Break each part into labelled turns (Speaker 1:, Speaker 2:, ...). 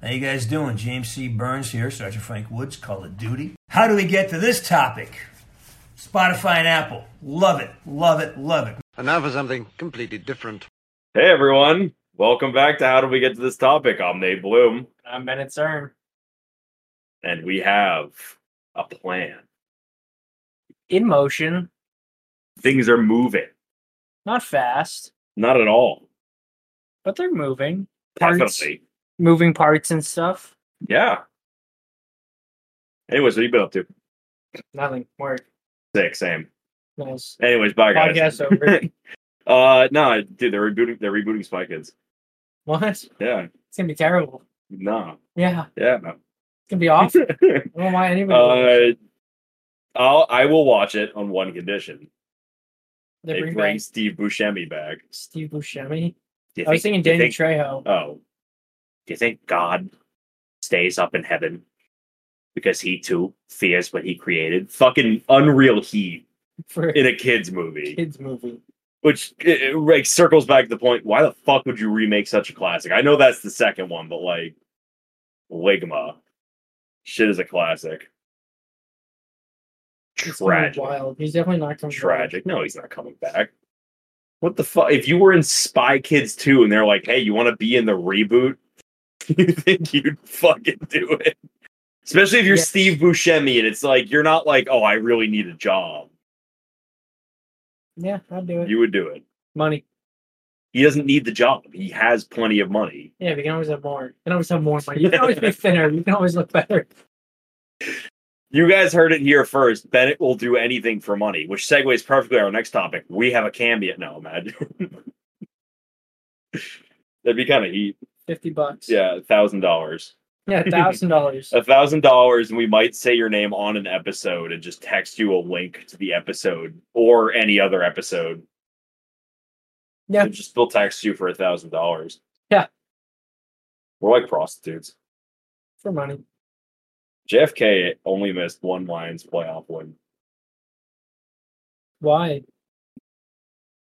Speaker 1: How you guys doing? James C. Burns here, Sergeant Frank Woods, Call of Duty. How do we get to this topic? Spotify and Apple. Love it, love it, love it.
Speaker 2: And now for something completely different.
Speaker 3: Hey everyone, welcome back to How Did We Get to This Topic? I'm Nate Bloom,
Speaker 4: I'm Bennett Cern.
Speaker 3: and we have a plan.
Speaker 4: In motion,
Speaker 3: Things are moving,
Speaker 4: not fast,
Speaker 3: not at all.
Speaker 4: but they're moving.
Speaker 3: Definitely,
Speaker 4: moving parts and stuff.
Speaker 3: yeah. Anyways, what have you been up to?
Speaker 4: Nothing. Work.
Speaker 3: Sick, same.
Speaker 4: Nice.
Speaker 3: Anyways, bye guys.
Speaker 4: Podcast over.
Speaker 3: uh, no, dude, they're rebooting. They're rebooting Spy Kids.
Speaker 4: what? It's
Speaker 3: Yeah,
Speaker 4: gonna be terrible.
Speaker 3: no,
Speaker 4: Yeah,
Speaker 3: yeah,
Speaker 4: it's gonna be awful.
Speaker 3: no.
Speaker 4: I don't know why anybody. would.
Speaker 3: uh, I'll I will watch it on one condition.
Speaker 4: they
Speaker 3: it
Speaker 4: bring back
Speaker 3: brings Steve Buscemi back.
Speaker 4: Steve Buscemi.
Speaker 3: Do you
Speaker 4: I
Speaker 3: think-
Speaker 4: was thinking
Speaker 3: do you
Speaker 4: Danny
Speaker 3: think-
Speaker 4: Trejo.
Speaker 3: Oh.
Speaker 5: Do you think God stays up in heaven because he too fears what he created?
Speaker 3: Fucking unreal heat
Speaker 4: for a
Speaker 3: in a kids movie,
Speaker 4: kids movie.
Speaker 3: which it, it, like circles back to the point: why the fuck would you remake such a classic? I know that's the second one, but like, Ligma, shit is a classic.
Speaker 4: It's gonna be
Speaker 3: Tragic,
Speaker 4: Wild. He's definitely not coming. back.
Speaker 3: tragic. No, he's not coming back. What the fuck? If you were in Spy Kids 2 and they're like, hey, you want to be in the reboot? You think you'd fucking do it? Especially if you're
Speaker 4: Yeah.
Speaker 3: Steve Buscemi and it's like, you're not like, oh, I really need a job.
Speaker 4: Yeah, I'll do it.
Speaker 3: You would do it.
Speaker 4: Money.
Speaker 3: He doesn't need the job. He has plenty of money.
Speaker 4: Yeah, we can always have more. You can always have more money. You can always be thinner. You can always look better.
Speaker 3: You guys heard it here first. Bennett will do anything for money, which segues perfectly to our next topic. We have a cambiat now, imagine. That'd be kind of heat.
Speaker 4: Fifty bucks.
Speaker 3: Yeah, Uh, thousand dollars.
Speaker 4: Yeah, thousand dollars.
Speaker 3: a thousand dollars and we might say your name on an episode and just text you a link to the episode or any other episode
Speaker 4: Yeah.
Speaker 3: They'll just still text you for a thousand dollars
Speaker 4: Yeah.
Speaker 3: we're like prostitutes
Speaker 4: for money.
Speaker 3: jfk only missed one lions playoff win
Speaker 4: Why?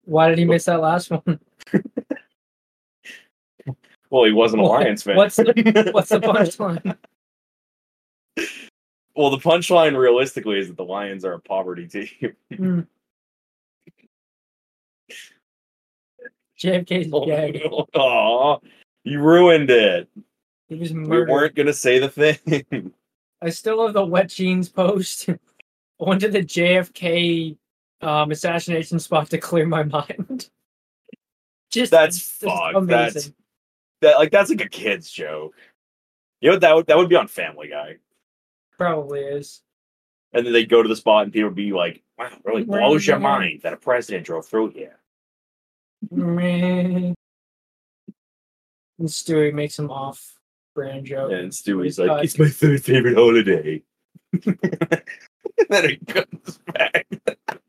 Speaker 4: Why did he miss that last one?
Speaker 3: well he wasn't a
Speaker 4: What-
Speaker 3: lions fan
Speaker 4: what's the- What's the punchline?
Speaker 3: well the punchline realistically is that the lions are a poverty team
Speaker 4: JFK's
Speaker 3: Oh.
Speaker 4: gag.
Speaker 3: Aw, you ruined it
Speaker 4: He was
Speaker 3: we
Speaker 4: murdered.
Speaker 3: weren't gonna say the thing
Speaker 4: I still have the wet jeans post. I went to the JFK um, assassination spot to clear my mind. Just
Speaker 3: That's
Speaker 4: just
Speaker 3: fucked. That's- that like that's like a kid's joke. You know what that would that would be on Family Guy.
Speaker 4: probably is.
Speaker 3: And then they go to the spot and people would be like, Wow, really
Speaker 4: Where
Speaker 3: blows
Speaker 4: is
Speaker 3: your
Speaker 4: it?
Speaker 3: mind that a president drove through here.
Speaker 4: and Stewie makes him off brand joke.
Speaker 3: And Stewie's
Speaker 4: He's
Speaker 3: like,
Speaker 4: Oh, like-
Speaker 3: It's my third favorite holiday. and then it comes back.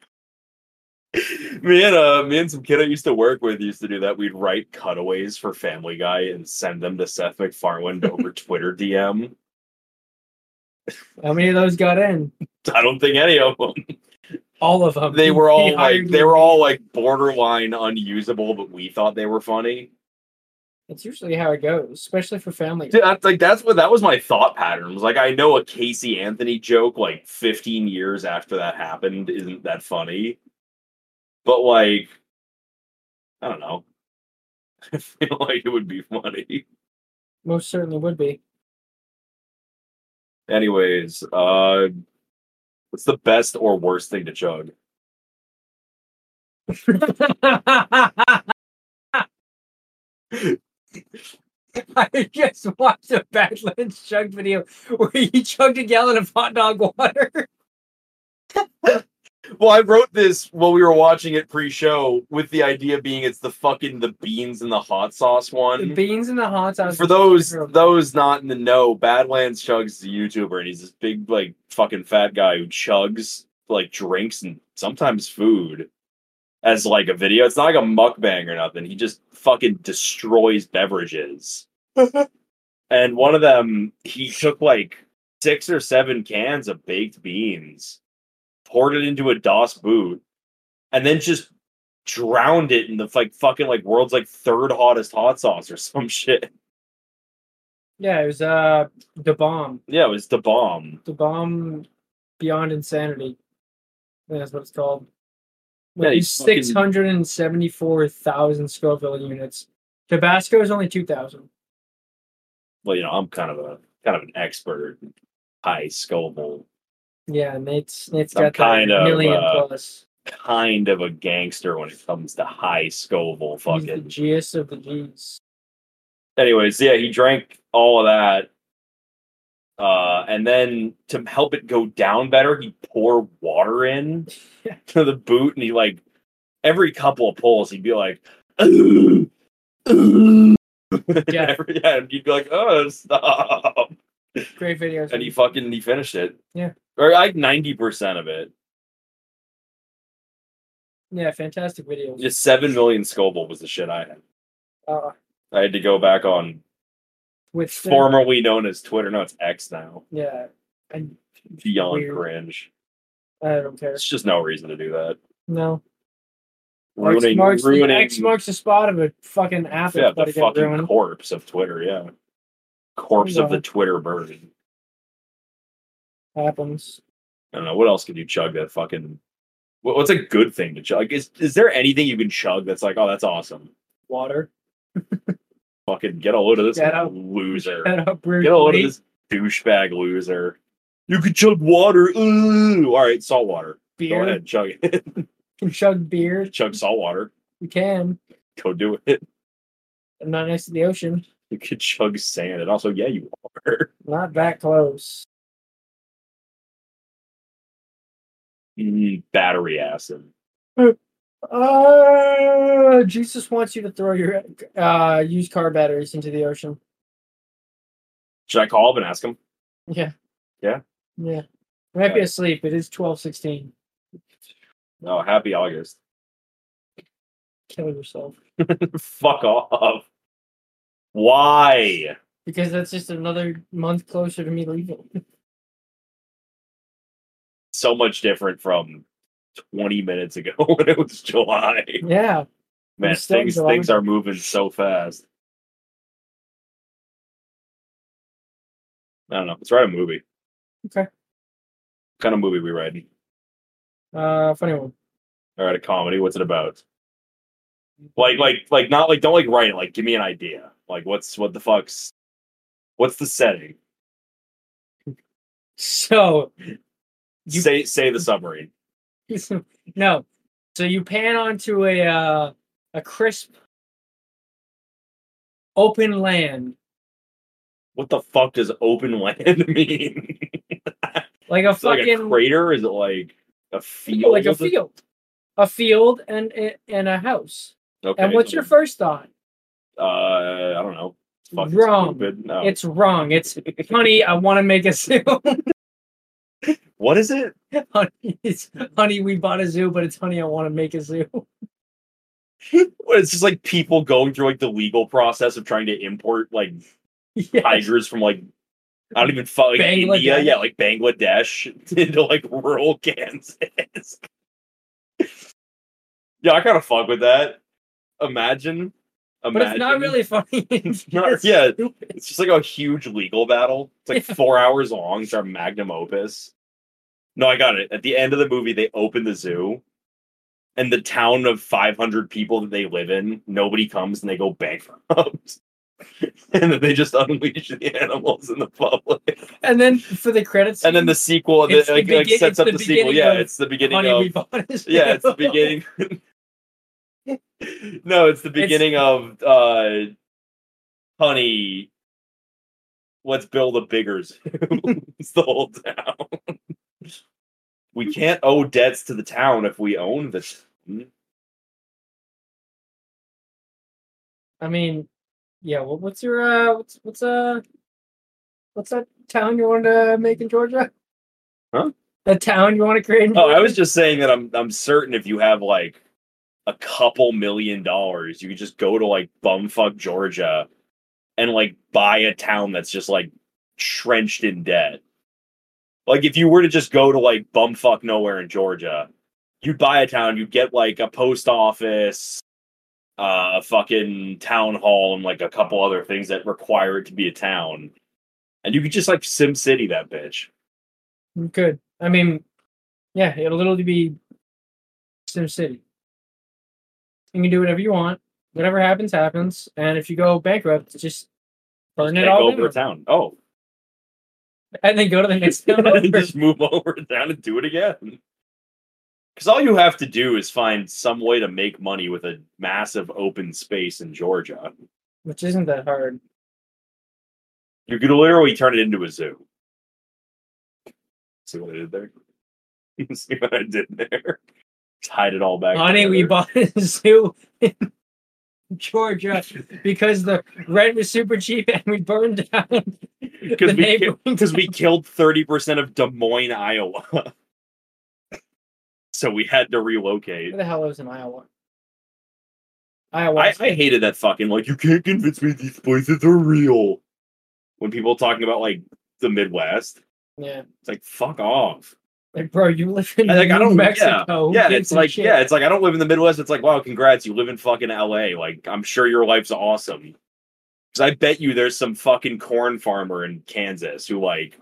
Speaker 3: me and uh me and some kid I used to work with used to do that. We'd write cutaways for Family Guy and send them to Seth MacFarlane over Twitter DM.
Speaker 4: How many of those got in?
Speaker 3: I don't think any of them.
Speaker 4: All of them.
Speaker 3: they
Speaker 4: He-
Speaker 3: were
Speaker 4: he
Speaker 3: all like
Speaker 4: hired
Speaker 3: they
Speaker 4: me.
Speaker 3: were all like borderline unusable, but we thought they were funny.
Speaker 4: That's usually how it goes, especially for family.
Speaker 3: Dude, that's like that's what that was my thought pattern. Was like I know a Casey Anthony joke like 15 years after that happened isn't that funny, but like I don't know. I feel like it would be funny.
Speaker 4: Most certainly would be.
Speaker 3: Anyways, uh what's the best or worst thing to chug?
Speaker 4: I just watched a Badlands chug video where he chugged a gallon of hot dog water.
Speaker 3: Well, I wrote this while we were watching it pre-show with the idea being it's the fucking the beans and the hot sauce
Speaker 4: The
Speaker 3: one.
Speaker 4: beans and the hot sauce.
Speaker 3: Mm-hmm. For those those not in the know, Badlands Chugs is a YouTuber and he's this big like fucking fat guy who chugs like drinks and sometimes food as like a video. It's not like a mukbang or nothing. He just fucking destroys beverages. and one of them, he took like six or seven cans of baked beans, poured it into a DOS boot, and then just drowned it in the like fucking like world's like third hottest hot sauce or some shit.
Speaker 4: Yeah, it was uh the bomb.
Speaker 3: Yeah, it was the bomb.
Speaker 4: The bomb beyond insanity. I think That's what it's called.
Speaker 3: Yeah, you fucking-
Speaker 4: six hundred and seventy-four thousand Scoville units. Tabasco is only two thousand.
Speaker 3: Well, you know, I'm kind of a kind of an expert, in high Scoville,
Speaker 4: Yeah, Nate's Nate's
Speaker 3: Some
Speaker 4: got
Speaker 3: kind
Speaker 4: the
Speaker 3: of,
Speaker 4: million
Speaker 3: uh,
Speaker 4: plus.
Speaker 3: kind of a gangster when it comes to high Scoville.
Speaker 4: He's the
Speaker 3: Fucking.
Speaker 4: G's of the G's.
Speaker 3: Anyways, yeah, he drank all of that, uh, and then to help it go down better, he pour water in to the boot, and he like every couple of pulls, he'd be like.
Speaker 4: Yeah.
Speaker 3: Every- yeah, and you'd be like, "Oh, stop!"
Speaker 4: Great videos.
Speaker 3: and he fucking he finished it.
Speaker 4: Yeah.
Speaker 3: or like ninety percent of it.
Speaker 4: yeah, fantastic videos.
Speaker 3: Just seven million Scoville was the shit I had.
Speaker 4: uh,
Speaker 3: I had to go back on
Speaker 4: with the-
Speaker 3: formerly known as Twitter. No, it's X now.
Speaker 4: yeah, and
Speaker 3: Beyond
Speaker 4: Weird.
Speaker 3: cringe.
Speaker 4: I don't care.
Speaker 3: It's just no reason to do that.
Speaker 4: No, X
Speaker 3: Ruining,
Speaker 4: marks the-
Speaker 3: ruining,
Speaker 4: X marks the spot of a fucking apple.
Speaker 3: yeah,
Speaker 4: about
Speaker 3: the
Speaker 4: to get
Speaker 3: fucking
Speaker 4: ruined.
Speaker 3: corpse of Twitter. Yeah, corpse of the
Speaker 4: Yeah.
Speaker 3: Twitter bird.
Speaker 4: happens.
Speaker 3: I don't know what else could you chug that fucking. what- What's a good thing to chug? Is is there anything you can chug that's like, oh, that's awesome?
Speaker 4: Water.
Speaker 3: Fucking get a load of this
Speaker 4: Get out.
Speaker 3: loser.
Speaker 4: Get up, Bruce
Speaker 3: Get a load of
Speaker 4: Lee.
Speaker 3: this douchebag loser. You can chug water. Ooh. All right, salt water. Go
Speaker 4: beer.
Speaker 3: ahead, chug it.
Speaker 4: Can chug beer.
Speaker 3: chug salt water.
Speaker 4: You can.
Speaker 3: Go do it.
Speaker 4: I'm not next to the ocean.
Speaker 3: You can chug sand. And also, yeah, you are.
Speaker 4: Not that close.
Speaker 3: Mm, battery acid.
Speaker 4: Uh, Jesus wants you to throw your uh, used car batteries into the ocean.
Speaker 3: Should I call up and ask him?
Speaker 4: Yeah.
Speaker 3: Yeah?
Speaker 4: Yeah. I might be asleep. It is twelve sixteen.
Speaker 3: No, happy August.
Speaker 4: Kill yourself.
Speaker 3: Fuck off. Why?
Speaker 4: Because that's just another month closer to me leaving.
Speaker 3: So much different from 20 minutes ago when it was July.
Speaker 4: yeah.
Speaker 3: Man,
Speaker 4: still in
Speaker 3: things
Speaker 4: July.
Speaker 3: things are moving so fast. I don't know. Let's write a movie.
Speaker 4: Okay.
Speaker 3: What kind of movie we writing?
Speaker 4: Uh, funny one.
Speaker 3: All right, a comedy. What's it about? Like, like, like, not like, don't like write it. Like, give me an idea. Like, what's what the fuck's, what's the setting?
Speaker 4: So You-
Speaker 3: say, say the submarine.
Speaker 4: no. So you pan onto a uh, a crisp open land,
Speaker 3: What the fuck does open land mean?
Speaker 4: like a
Speaker 3: Is it like a
Speaker 4: fucking
Speaker 3: crater? Is it like a field?
Speaker 4: like a field, a field, and and- and a house.
Speaker 3: Okay,
Speaker 4: And what's
Speaker 3: so-
Speaker 4: your first thought?
Speaker 3: Uh, I don't know. Fucking
Speaker 4: Wrong.
Speaker 3: stupid. No.
Speaker 4: It's wrong. It's honey. I want to make a zoo.
Speaker 3: What is it?
Speaker 4: honey, it's honey. We bought a zoo, but it's honey. I want to make a zoo.
Speaker 3: Well, It's just like people going through like the legal process of trying to import like
Speaker 4: yeah,
Speaker 3: tigers from like I don't even fuck like India,
Speaker 4: Bangladesh.
Speaker 3: yeah, like Bangladesh into like rural Kansas. yeah, I kind of fuck with that. Imagine, imagine.
Speaker 4: but it's not really funny.
Speaker 3: It's not-
Speaker 4: just
Speaker 3: yeah.
Speaker 4: stupid.
Speaker 3: It's just like a huge legal battle. It's like
Speaker 4: Yeah.
Speaker 3: four hours long. It's our magnum opus. No, I got it. At the end of the movie, they open the zoo, and the town of 500 people that they live in, nobody comes and they go bankrupt. and then they just unleash the animals in the public.
Speaker 4: And then for the credits,
Speaker 3: And then the sequel the,
Speaker 4: It's the
Speaker 3: like, like,
Speaker 4: begin-
Speaker 3: sets
Speaker 4: it's
Speaker 3: up
Speaker 4: the
Speaker 3: the, sequel.
Speaker 4: beginning
Speaker 3: Yeah,
Speaker 4: of
Speaker 3: it's the beginning
Speaker 4: honey.
Speaker 3: of.
Speaker 4: we bought a zoo.
Speaker 3: yeah, it's the beginning. no, it's the beginning of uh, honey. Let's build a bigger zoo. it's the whole town. we can't owe debts to the town if we own the town.
Speaker 4: I mean, yeah. What, what's your uh? What's what's uh? What's that town you want to make in Georgia?
Speaker 3: Huh?
Speaker 4: The town you want to create? In
Speaker 3: Oh, I
Speaker 4: Georgia?
Speaker 3: was just saying that I'm I'm certain if you have like a couple million dollars, you could just go to like bumfuck Georgia and like buy a town that's just like trenched in debt. Like if you were to just go to like bumfuck nowhere in Georgia, you'd buy a town, you'd get like a post office, uh, a fucking town hall and like a couple other things that require it to be a town. And you could just like Sim City that bitch.
Speaker 4: You could. I mean, yeah, it'll literally be Sim City. You can do whatever you want. Whatever happens, happens. And if you go bankrupt, just burn it
Speaker 3: Can't go
Speaker 4: all
Speaker 3: over a
Speaker 4: over
Speaker 3: town. Oh,
Speaker 4: and then go to the next town over.
Speaker 3: just move over a town and do it again. Because all you have to do is find some way to make money with a massive open space in Georgia.
Speaker 4: which isn't that hard.
Speaker 3: You could literally turn it into a zoo. See what I did there? See what I did there? Tied it all back.
Speaker 4: Honey, we
Speaker 3: together.
Speaker 4: bought a zoo in Georgia because the rent was super cheap and we burned down the
Speaker 3: because we, ki-
Speaker 4: neighboring
Speaker 3: 'cause we killed 30% of Des Moines, Iowa. so we had to relocate.
Speaker 4: Where the hell is in Iowa? Iowa.
Speaker 3: I, I hated that fucking, like, you can't convince me these places are real. When people talking about, like, the Midwest,
Speaker 4: yeah.
Speaker 3: it's like, fuck off.
Speaker 4: Like, bro, you live in
Speaker 3: I- like, I
Speaker 4: New
Speaker 3: don't- yeah,
Speaker 4: Mexico.
Speaker 3: Yeah,
Speaker 4: Give
Speaker 3: it's
Speaker 4: some
Speaker 3: like,
Speaker 4: shit.
Speaker 3: yeah, it's like, I don't live in the Midwest. It's like, wow, congrats, you live in fucking LA. Like, I'm sure your life's awesome. Because I bet you there's some fucking corn farmer in Kansas who, like,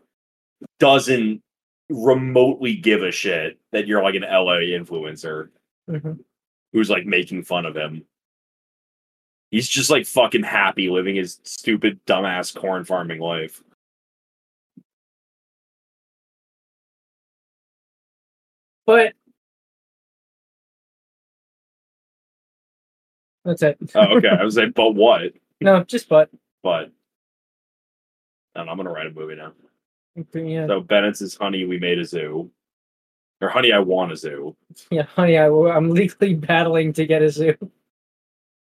Speaker 3: doesn't remotely give a shit that you're, like, an LA influencer
Speaker 4: Mhm.
Speaker 3: who's, like, making fun of him. He's just, like, fucking happy living his stupid, dumbass corn farming life.
Speaker 4: But that's it.
Speaker 3: Oh, okay. I was like, but what?
Speaker 4: no, just but.
Speaker 3: But, and I'm going to write a movie now.
Speaker 4: Yeah,
Speaker 3: So Bennett's is honey. We made a zoo, or honey. I want a zoo.
Speaker 4: yeah, honey, I, I'm legally battling to get a zoo.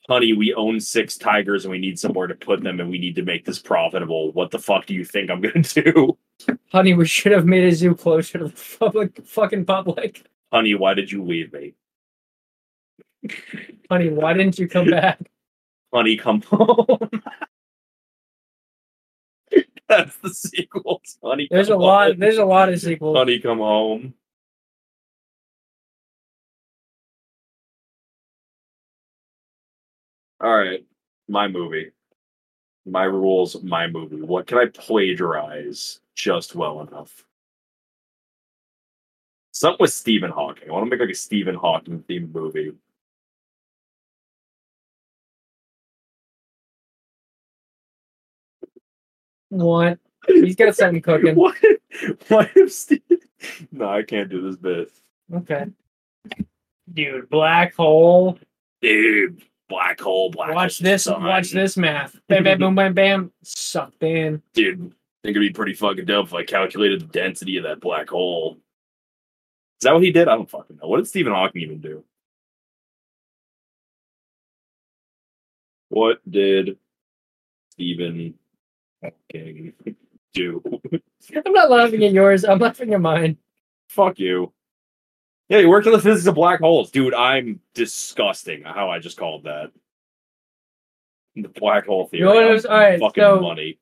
Speaker 3: Honey, we own six tigers and we need somewhere to put them, and we need to make this profitable. What the fuck do you think I'm gonna do?
Speaker 4: Honey, we should have made a zoo closer to the public, fucking public.
Speaker 3: Honey, why did you leave me?
Speaker 4: Honey, why didn't you come back?
Speaker 3: Honey, come home. That's the sequel. It's Honey,
Speaker 4: There's a
Speaker 3: Come
Speaker 4: lot.
Speaker 3: Home.
Speaker 4: There's a lot of sequels.
Speaker 3: Honey, come home. All right, my movie, my rules, my movie. What can I plagiarize just well enough? Something with Stephen Hawking. I want to make like a Stephen Hawking themed movie.
Speaker 4: What? He's got something cooking.
Speaker 3: What? What if Steve? No, I can't do this bit.
Speaker 4: Okay. Dude, black hole.
Speaker 3: Dude, black hole, black.
Speaker 4: watch
Speaker 3: hole
Speaker 4: this.
Speaker 3: sun.
Speaker 4: Watch this math. Bam, bam, boom, bam, bam. Sucked in.
Speaker 3: dude, I think it'd be pretty fucking dope if I calculated the density of that black hole. Is that what he did? I don't fucking know. What did Stephen Hawking even do? What did Stephen Hawking do?
Speaker 4: I'm not laughing at yours. I'm laughing at mine.
Speaker 3: Fuck you. Yeah, he worked on the physics of black holes. Dude, I'm disgusting how I just called that. The black hole theory.
Speaker 4: You know what
Speaker 3: I'm
Speaker 4: was- all right,
Speaker 3: fucking
Speaker 4: so-
Speaker 3: money.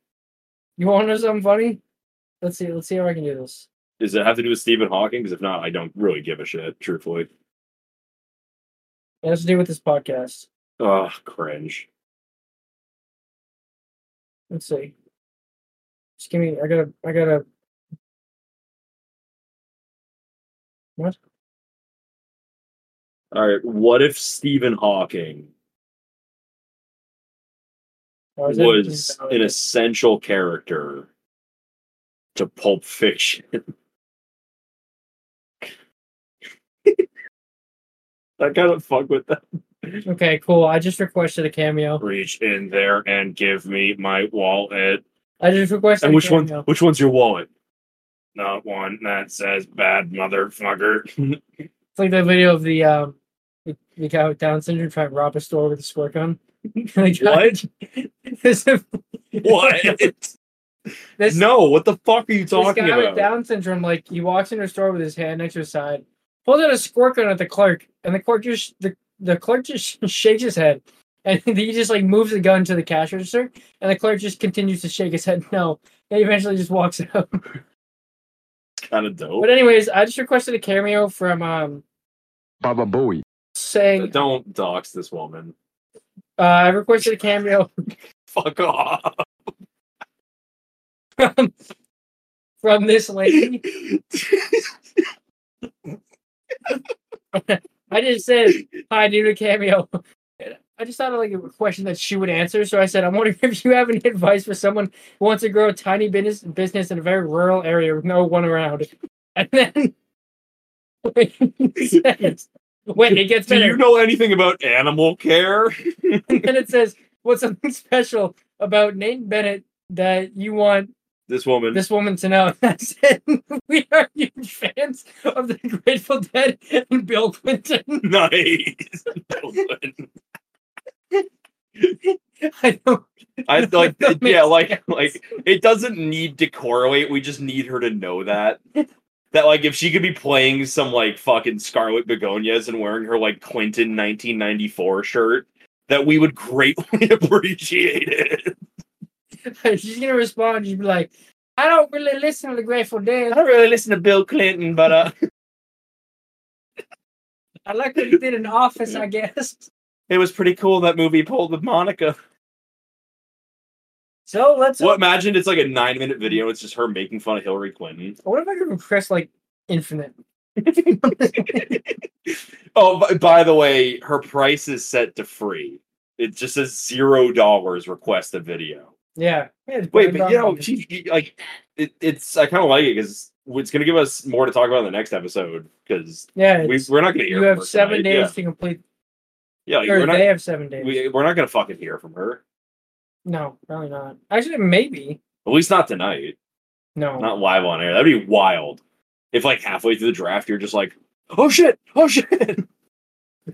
Speaker 4: You want to know something funny? Let's see. Let's see how I can do this.
Speaker 3: Does it have to do with Stephen Hawking? Because if not, I don't really give a shit, truthfully.
Speaker 4: It has to do with this podcast.
Speaker 3: Ugh, cringe.
Speaker 4: Let's see. Just give me. I gotta. I gotta.
Speaker 3: All right, what if Stephen Hawking
Speaker 4: I in-
Speaker 3: was an essential character to Pulp Fiction? I kind of fuck with that.
Speaker 4: Okay, cool. I just requested a cameo.
Speaker 3: Reach in there and give me my wallet.
Speaker 4: I just requested.
Speaker 3: And
Speaker 4: a
Speaker 3: which one?
Speaker 4: cameo.
Speaker 3: Which one's your wallet? Not one that says "bad motherfucker."
Speaker 4: It's like that video of the um, the, the guy with Down syndrome trying to rob a store with a squirt gun. what? This,
Speaker 3: what?
Speaker 4: this,
Speaker 3: no, what the fuck are you
Speaker 4: this
Speaker 3: talking
Speaker 4: guy with
Speaker 3: about?
Speaker 4: Down syndrome, like he walks into a store with his hand next to his side, pulls out a squirt gun at the clerk, and the clerk just the, the clerk just shakes his head, and he just like moves the gun to the cash register, and the clerk just continues to shake his head no, and he eventually just walks out.
Speaker 3: Kind of dope.
Speaker 4: but anyways, I just requested a cameo from um
Speaker 6: Baba Bowie.
Speaker 4: saying
Speaker 3: Don't dox this woman.
Speaker 4: Uh, I requested a cameo
Speaker 5: Fuck off.
Speaker 4: from from this lady. I just said hi, I need a cameo. And I just thought of like a question that she would answer, so I said, "I'm wondering if you have any advice for someone who wants to grow a tiny business business in a very rural area with no one around." And then wait, it gets
Speaker 3: Do
Speaker 4: better.
Speaker 3: you know anything about animal care?
Speaker 4: and then it says, "What's something special about Nate Bennett that you want
Speaker 3: This woman.
Speaker 4: this woman to know?" And I said, "We are huge fans of the Grateful Dead and Bill Clinton."
Speaker 3: nice.
Speaker 4: I know
Speaker 3: I like
Speaker 4: That
Speaker 3: yeah,
Speaker 4: makes
Speaker 3: like
Speaker 4: sense.
Speaker 3: like it doesn't need to correlate. We just need her to know that. That like if she could be playing some like fucking Scarlet Begonias and wearing her like Clinton 1994 shirt, that we would greatly appreciate it.
Speaker 4: she's gonna respond. She'd be like, "I don't really listen to the Grateful Dead.
Speaker 5: don't really listen to Bill Clinton, but uh,
Speaker 4: I like what you did in Office, I guess."
Speaker 5: it was pretty cool that movie pulled with Monica.
Speaker 4: So let's. uh,
Speaker 3: Well, imagine it's like a nine minute video. It's just her making fun of Hillary Clinton.
Speaker 4: What if I could request like infinite?
Speaker 3: Oh, b- by the way, her price is set to free. It just says zero dollars request a video.
Speaker 4: Yeah. yeah
Speaker 3: Wait, but you know, she, she- like it, it's I kind of like it because it's going to give us more to talk about in the next episode because
Speaker 4: yeah.
Speaker 3: we,
Speaker 4: it's-
Speaker 3: we're not going to hear.
Speaker 4: you
Speaker 3: from
Speaker 4: have
Speaker 3: her
Speaker 4: seven
Speaker 3: tonight.
Speaker 4: days to complete.
Speaker 3: Yeah, yeah like,
Speaker 4: Or
Speaker 3: we're
Speaker 4: they
Speaker 3: Oh, not.
Speaker 4: have seven days.
Speaker 3: We, we're not going to fucking hear from her.
Speaker 4: No, probably not. Actually, maybe.
Speaker 3: At least not tonight.
Speaker 4: No.
Speaker 3: Not live on air. That'd be wild. If like halfway through the draft, you're just like, oh shit, oh shit,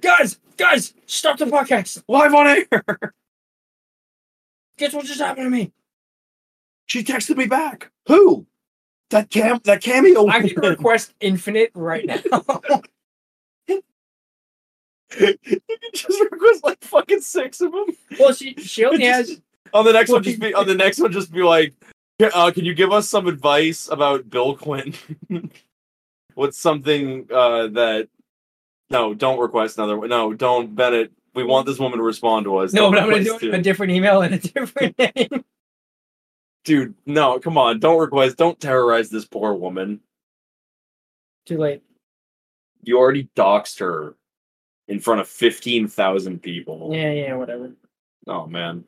Speaker 4: Guys, guys, stop the podcast.
Speaker 3: live on air.
Speaker 4: Guess what just happened to me?
Speaker 3: She texted me back. Who? That cam that cameo.
Speaker 4: I can
Speaker 3: woman.
Speaker 4: request infinite right now.
Speaker 3: you can just request like fucking six of them.
Speaker 4: well, she she only has
Speaker 3: on the next one just be on the next one just be like uh, can you give us some advice about bill clinton what's something uh that no don't request another one no don't bennett we want this woman to respond to us
Speaker 4: no,
Speaker 3: Don't
Speaker 4: but I'm gonna do
Speaker 3: request
Speaker 4: it in a
Speaker 3: to-
Speaker 4: different email and a different name.
Speaker 3: dude no come on don't request don't terrorize this poor woman
Speaker 4: Too late.
Speaker 3: you already doxed her in front of 15000 people
Speaker 4: Yeah, yeah, whatever.
Speaker 3: Oh man.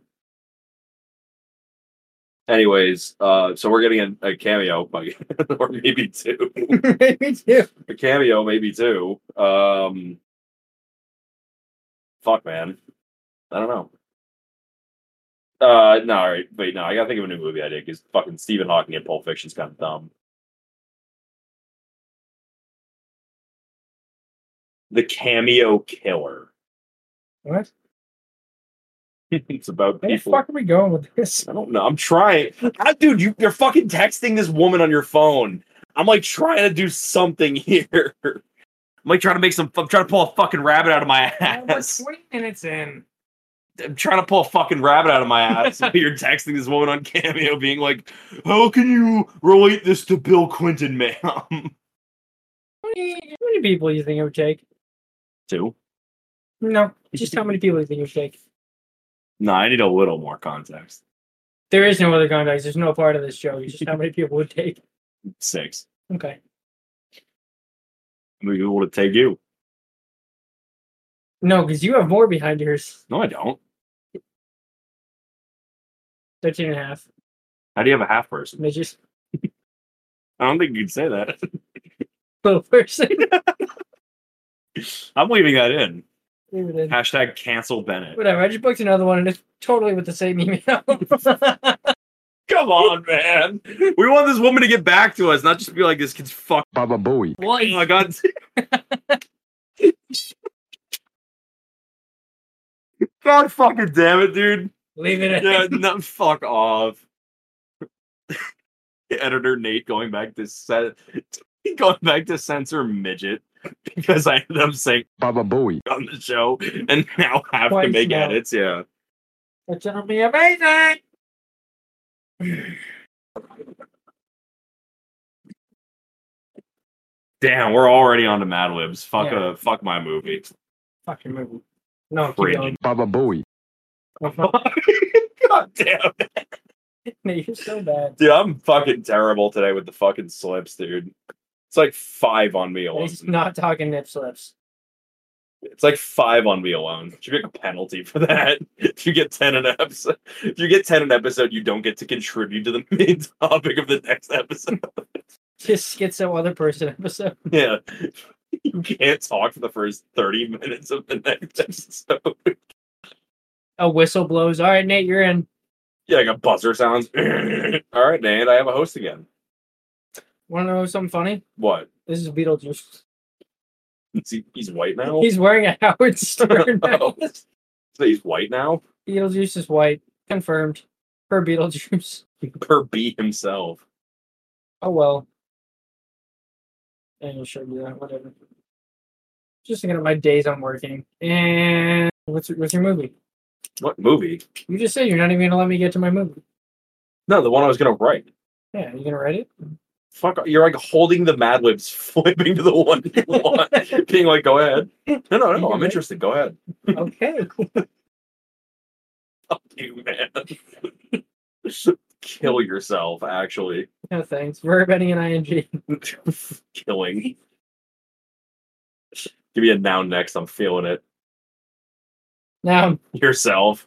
Speaker 3: Anyways, uh, so we're getting a, a cameo, by- or maybe two.
Speaker 4: Maybe too.
Speaker 3: a cameo, maybe two. Um, fuck, man. I don't know. Uh, no, all right, wait, no, I gotta think of a new movie idea because fucking Stephen Hawking in Pulp Fiction's kind of dumb. The Cameo Killer.
Speaker 4: What?
Speaker 3: it's about
Speaker 4: Where the
Speaker 3: people.
Speaker 4: fuck are we going with this?
Speaker 3: I don't know. I'm trying. I, dude, you, you're fucking texting this woman on your phone. I'm like trying to do something here. I'm like trying to make some. I'm trying to pull a fucking rabbit out of my ass.
Speaker 4: We're 20 minutes in.
Speaker 3: I'm trying to pull a fucking rabbit out of my ass. but you're texting this woman on Cameo, being like, "How can you relate this to Bill Clinton, ma'am?"
Speaker 4: How many, how many people you think it would take?
Speaker 3: Two.
Speaker 4: No, just how many people you think it would take?
Speaker 3: No, I need a little more context.
Speaker 4: There is no other context. There's no part of this show. It's just how many people would take.
Speaker 3: Six.
Speaker 4: Okay.
Speaker 3: Maybe it would take you.
Speaker 4: No, because you have more behind yours.
Speaker 3: No, I don't.
Speaker 4: 13 and a half.
Speaker 3: How do you have a half person?
Speaker 4: They just
Speaker 3: I don't think you'd say that.
Speaker 4: little person.
Speaker 3: I'm leaving that in.
Speaker 4: Leave it in.
Speaker 3: Hashtag cancel Bennett.
Speaker 4: Whatever. I just booked another one and it's totally with the same email.
Speaker 3: Come on, man. We want this woman to get back to us, not just be like, this kid's fucking.
Speaker 2: Baba Bowie.
Speaker 3: Oh my god. God fucking damn it, dude.
Speaker 4: Leave it in.
Speaker 3: Yeah, no, fuck off. Editor Nate going back to set, going back to censor midget because I ended up saying
Speaker 2: Baba Bowie.
Speaker 3: on the show and now have to
Speaker 4: Twice
Speaker 3: make
Speaker 4: now.
Speaker 3: edits. Yeah.
Speaker 4: It's gonna be amazing.
Speaker 3: Damn, we're already on to Mad Libs. Fuck
Speaker 4: Yeah.
Speaker 3: a fuck my movie.
Speaker 4: Fucking movie. No, keep
Speaker 3: Cringe.
Speaker 4: going.
Speaker 2: Baba Bowie.
Speaker 5: God damn.
Speaker 4: You're so bad.
Speaker 3: Dude, I'm fucking terrible today with the fucking slips, dude. It's like five on me alone.
Speaker 4: He's not talking nip slips.
Speaker 3: It's like five on me alone. Should get a penalty for that. If you get ten an episode, if you get ten an episode, you don't get to contribute to the main topic of the next episode.
Speaker 4: Just get some other person episode.
Speaker 3: Yeah, you can't talk for the first thirty minutes of the next episode.
Speaker 4: A whistle blows. All right, Nate, you're in.
Speaker 3: Yeah, I got buzzer sounds. All right, Nate, I have a host again.
Speaker 4: Want to know something funny?
Speaker 3: What?
Speaker 4: This is Beetlejuice.
Speaker 3: Is he- he's white now.
Speaker 4: He's wearing a Howard Stern
Speaker 3: Oh.
Speaker 4: mask.
Speaker 3: So he's white now.
Speaker 4: Beetlejuice is white. Confirmed. Per Beetlejuice.
Speaker 3: Per B himself.
Speaker 4: Oh well. And I'll show you that. Whatever. Just thinking of my days I'm working. And what's your, what's your movie?
Speaker 3: What movie?
Speaker 4: You just said you're not even gonna let me get to my movie.
Speaker 3: No, the one I was gonna write.
Speaker 4: Yeah, you gonna write it?
Speaker 3: Fuck, you're like holding the Mad Libs, flipping to the one you want, being like, go ahead. No, no, no, I'm interested. Go ahead.
Speaker 4: Okay.
Speaker 3: Fuck you, man. Kill yourself, actually.
Speaker 4: No thanks. Verb ending in ing.
Speaker 3: Killing. Give me a noun next. I'm feeling it.
Speaker 4: Now,
Speaker 3: Yourself.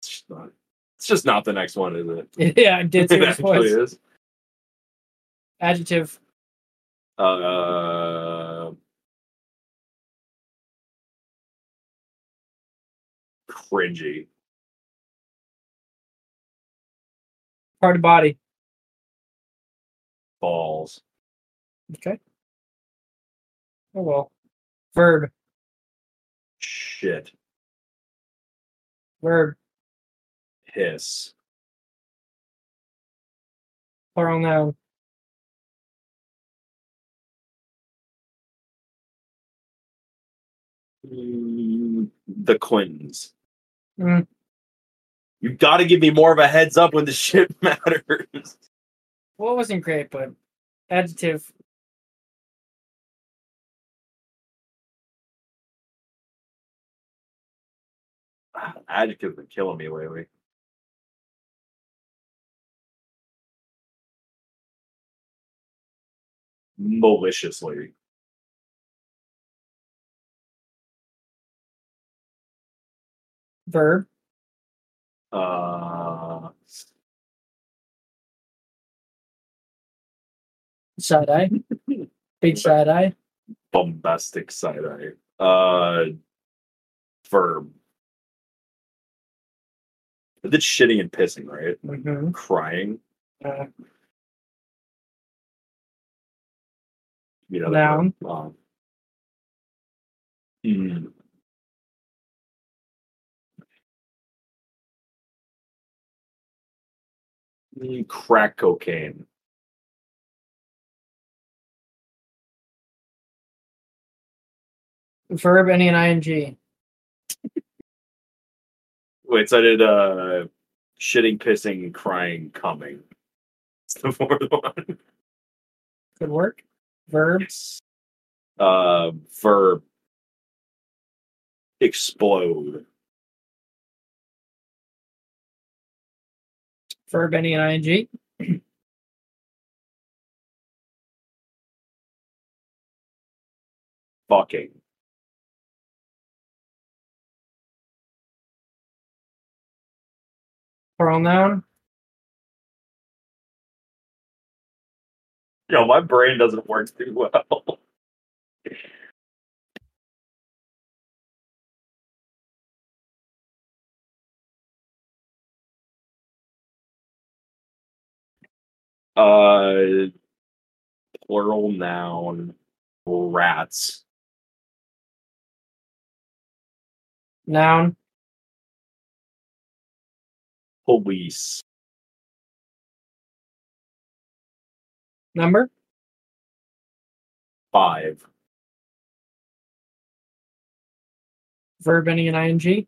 Speaker 3: It's just not, it's just not the next one, is it?
Speaker 4: yeah, I did see
Speaker 3: It
Speaker 4: this
Speaker 3: actually
Speaker 4: voice.
Speaker 3: is.
Speaker 4: Adjective.
Speaker 3: Uh, cringy.
Speaker 4: Part of body.
Speaker 3: Balls.
Speaker 4: Okay. Oh well. Verb.
Speaker 3: Shit.
Speaker 4: Verb.
Speaker 3: Hiss.
Speaker 4: Plural noun.
Speaker 3: Mm, The Clintons.
Speaker 4: Mm.
Speaker 3: You got to give me more of a heads up when the shit matters.
Speaker 4: Well, it wasn't great, but adjective.
Speaker 3: Adjectives are killing me lately. Maliciously.
Speaker 4: Verb.
Speaker 3: Uh,
Speaker 4: Side eye. Big side eye.
Speaker 3: bombastic side eye. Uh, verb. I did shitting and pissing, right?
Speaker 4: Mm-hmm.
Speaker 3: Crying.
Speaker 4: Uh,
Speaker 3: You know,
Speaker 4: Noun.
Speaker 3: that word. Um, mm. Mm, Crack cocaine.
Speaker 4: verb ending in ing.
Speaker 3: Wait, so I did uh, shitting, pissing, crying, coming. It's the fourth one.
Speaker 4: Good work. Verb.
Speaker 3: Yes. Uh, verb. Explode.
Speaker 4: Verb ending in ing.
Speaker 3: Fucking.
Speaker 4: Plural noun.
Speaker 3: Yo, my brain doesn't work too well. uh, plural noun, rats.
Speaker 4: Noun.
Speaker 3: Police.
Speaker 4: Number.
Speaker 3: Five.
Speaker 4: Verb ending in ing.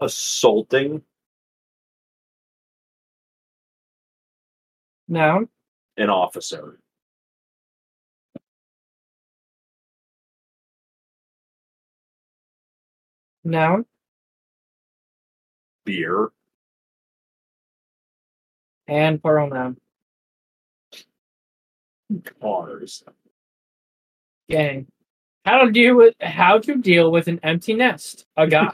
Speaker 3: Assaulting.
Speaker 4: Noun.
Speaker 3: an officer.
Speaker 4: Noun.
Speaker 3: beer.
Speaker 4: And poor old man.
Speaker 3: Cars.
Speaker 4: Gang. How to deal with how to deal with an empty nest. A guy.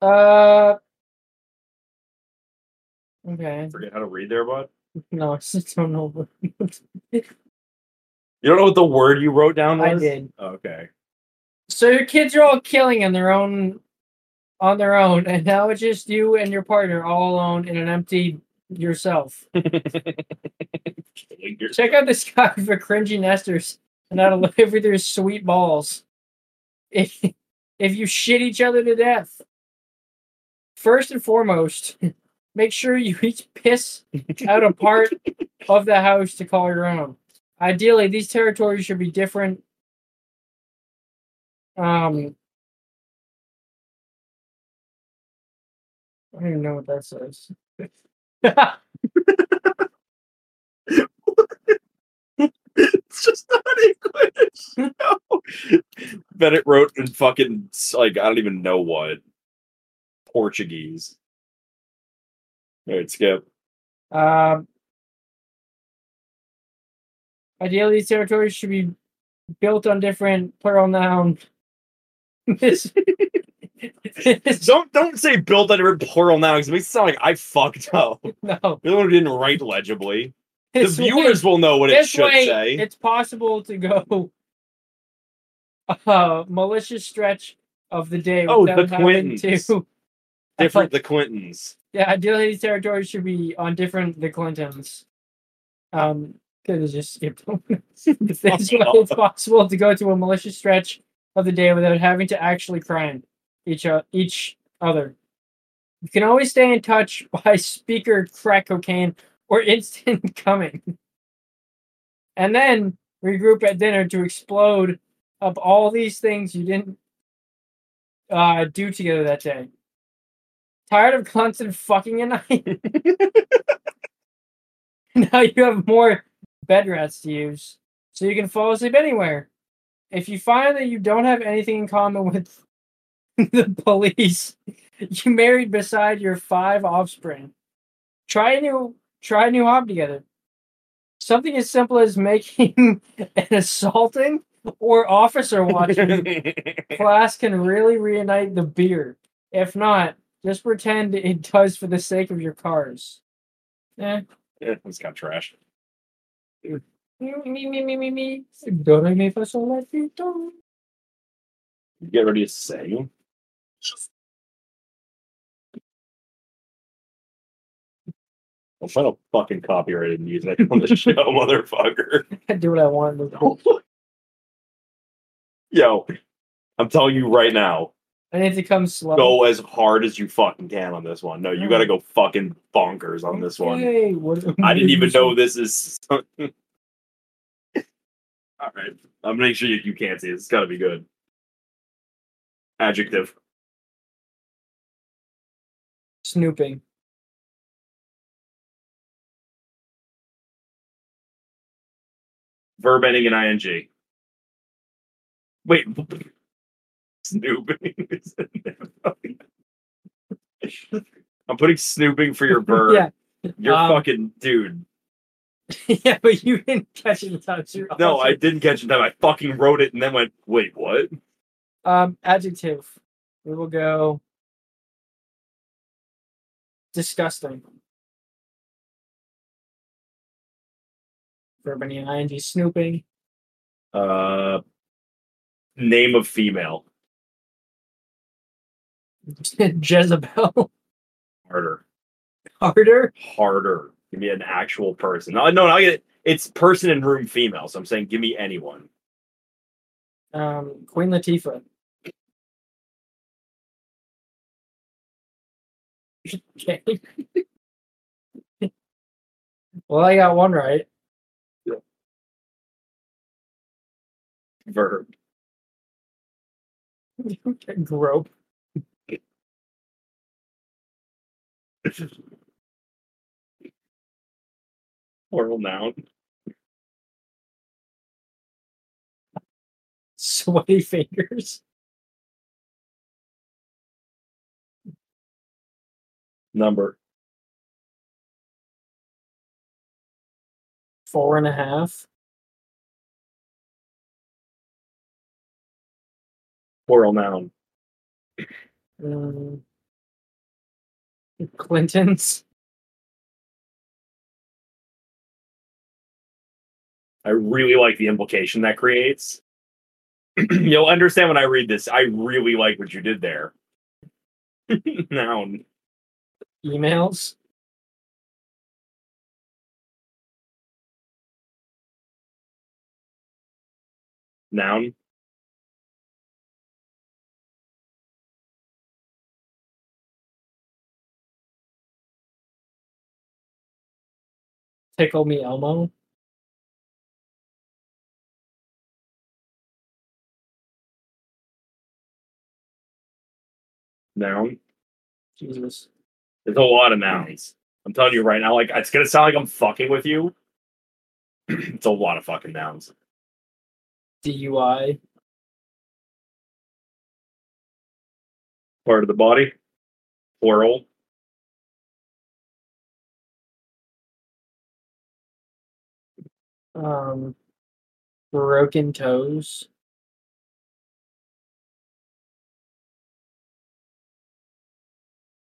Speaker 4: uh Okay.
Speaker 3: Forget how to read there, bud.
Speaker 4: No, I just don't know what
Speaker 3: You don't know what the word you wrote down was? Oh,
Speaker 4: I did.
Speaker 3: Okay.
Speaker 4: So your kids are all killing on their own on their own, and now it's just you and your partner all alone in an empty yourself. Check out this guy for cringy nesters and how to live with your sweet balls. If, if you shit each other to death, first and foremost, make sure you each piss out a part of the house to call your own. Ideally, these territories should be different. Um, I don't even know what that says.
Speaker 3: it's just not English. No. Bennett wrote in fucking like I don't even know what Portuguese. All right, skip.
Speaker 4: Um, ideally, these territories should be built on different plural noun. This, this,
Speaker 3: Don't don't say built under plural now because it makes it sound like I fucked up.
Speaker 4: no,
Speaker 3: The one who didn't write legibly. The
Speaker 4: this
Speaker 3: viewers will know what
Speaker 4: way,
Speaker 3: it
Speaker 4: this
Speaker 3: should
Speaker 4: way
Speaker 3: say.
Speaker 4: it's possible to go a malicious stretch of the day.
Speaker 3: Oh,
Speaker 4: without
Speaker 3: the
Speaker 4: having
Speaker 3: Clintons.
Speaker 4: to-
Speaker 3: Different the Clintons.
Speaker 4: Yeah, ideally these territories should be on different the Clintons. Um, could have just skipped over. this way it's possible to go to a malicious stretch of the day without having to actually crime each o- each other. You can always stay in touch by speaker crack cocaine or instant coming. And then regroup at dinner to explode up all these things you didn't uh, do together that day. Tired of constant fucking at night? now you have more bed rest to use, so you can fall asleep anywhere. If you find that you don't have anything in common with the police, you married beside your five offspring. Try a new try a new hobby together. Something as simple as making an assaulting or officer watching class can really reunite the beer. If not, just pretend it does for the sake of your cars. Eh.
Speaker 3: it's kind of trash.
Speaker 4: Me, me, me, me, me. Do, re, mi, fa, sol, la, ti, do.
Speaker 3: Get ready to sing. I'm trying to fucking copyrighted music on the show, motherfucker.
Speaker 4: I do what I want.
Speaker 3: Yo, I'm telling you right now,
Speaker 4: I need to come slow.
Speaker 3: go as hard as you fucking can on this one. No, you gotta go fucking bonkers on this one.
Speaker 4: Hey, what-
Speaker 3: I didn't even know this is. All right, I'm making sure you, you can't see it. It's gotta be good. Adjective.
Speaker 4: Snooping.
Speaker 3: verb ending in ing. Wait, snooping. is in there. I'm putting snooping for your verb.
Speaker 4: Yeah.
Speaker 3: You're
Speaker 4: Um,
Speaker 3: fucking dude.
Speaker 4: yeah, but you didn't catch it in time. so you're
Speaker 3: No, I
Speaker 4: awesome.
Speaker 3: didn't catch it. I fucking wrote it and then went, wait, what?
Speaker 4: Um, adjective. We will go. Disgusting. Verbany and ing snooping.
Speaker 3: Uh, name of female
Speaker 4: Jezebel
Speaker 3: harder,
Speaker 4: harder.
Speaker 3: harder. Give me an actual person. No, no, I get it. It's person in room female. So I'm saying, give me anyone.
Speaker 4: Um, Queen Latifah. okay. well, I got one right.
Speaker 3: Verb.
Speaker 4: Grope.
Speaker 3: Plural noun.
Speaker 4: Sweaty fingers.
Speaker 3: number?
Speaker 4: Four and a half.
Speaker 3: Plural noun.
Speaker 4: Um, Clinton's.
Speaker 3: I really like the implication that creates. You'll understand when I read this. I really like what you did there. noun.
Speaker 4: emails.
Speaker 3: Noun.
Speaker 4: Tickle me Elmo.
Speaker 3: Noun.
Speaker 4: Jesus.
Speaker 3: There's a lot of nouns. I'm telling you right now, like it's gonna sound like I'm fucking with you. it's a lot of fucking nouns.
Speaker 4: DUI.
Speaker 3: Part of the body. Plural.
Speaker 4: Um, broken toes.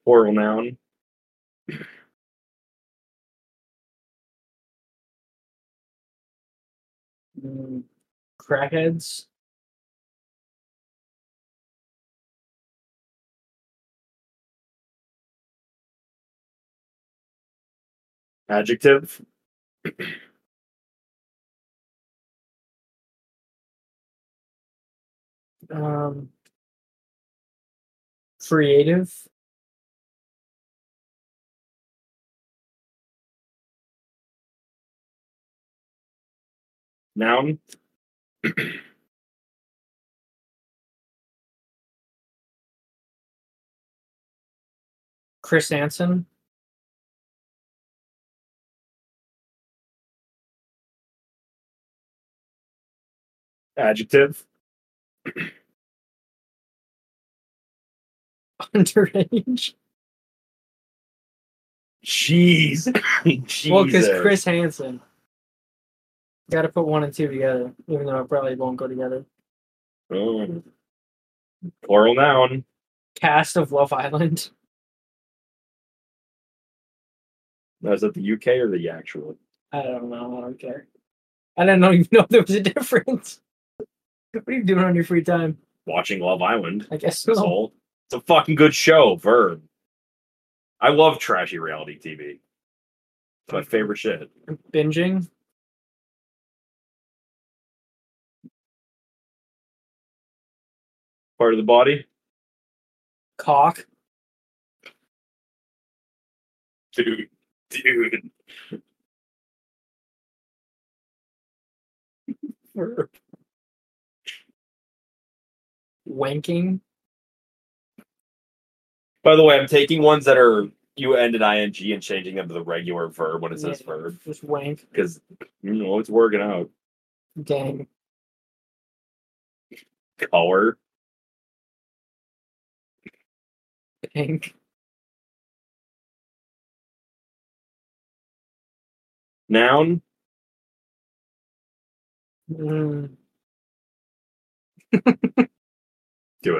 Speaker 3: Plural noun.
Speaker 4: mm, Crackheads.
Speaker 3: Adjective.
Speaker 4: Um, creative.
Speaker 3: Noun.
Speaker 4: Chris Anson.
Speaker 3: Adjective.
Speaker 4: Underage.
Speaker 3: Jeez.
Speaker 4: Well, because
Speaker 3: Jesus.
Speaker 4: Chris Hansen. Got to put one and two together, even though it probably won't go together.
Speaker 3: Oh. Plural noun.
Speaker 4: Cast of Love Island.
Speaker 3: Now, Is that the UK or the actual?
Speaker 4: I don't know. I don't care. I didn't know- even know there was a difference. What are you doing on your free time?
Speaker 3: Watching Love Island.
Speaker 4: I guess
Speaker 3: That's
Speaker 4: so.
Speaker 3: all. It's a fucking good show, Verb. I love trashy reality TV. It's my favorite shit.
Speaker 4: Binging.
Speaker 3: Part of the body,
Speaker 4: Cock.
Speaker 3: dude, dude. Verb.
Speaker 4: Wanking.
Speaker 3: By the way, I'm taking ones that are you end in ing and changing them to the regular verb when it says
Speaker 4: Yeah,
Speaker 3: verb
Speaker 4: Just wank.
Speaker 3: because you know it's working out.
Speaker 4: Gang.
Speaker 3: Color,
Speaker 4: Pink.
Speaker 3: noun,
Speaker 4: Mm.
Speaker 3: do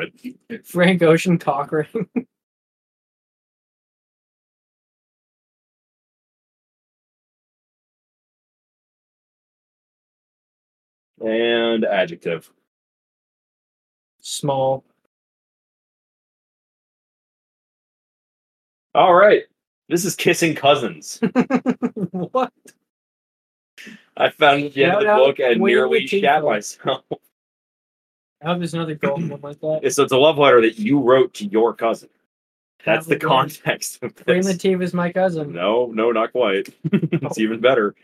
Speaker 3: it.
Speaker 4: Frank Ocean cock ring.
Speaker 3: And adjective,
Speaker 4: Small.
Speaker 3: All right. This is Kissing Cousins.
Speaker 4: what?
Speaker 3: I found it at the end of the
Speaker 4: Shout out
Speaker 3: book and
Speaker 4: William
Speaker 3: nearly
Speaker 4: Wychinko.
Speaker 3: shat myself.
Speaker 4: I hope there's another golden one like that.
Speaker 3: so it's a love letter that you wrote to your cousin. That's the
Speaker 4: Have a golden-
Speaker 3: context of
Speaker 4: Green
Speaker 3: this.
Speaker 4: Latif is my cousin.
Speaker 3: No, no, not quite. it's even better.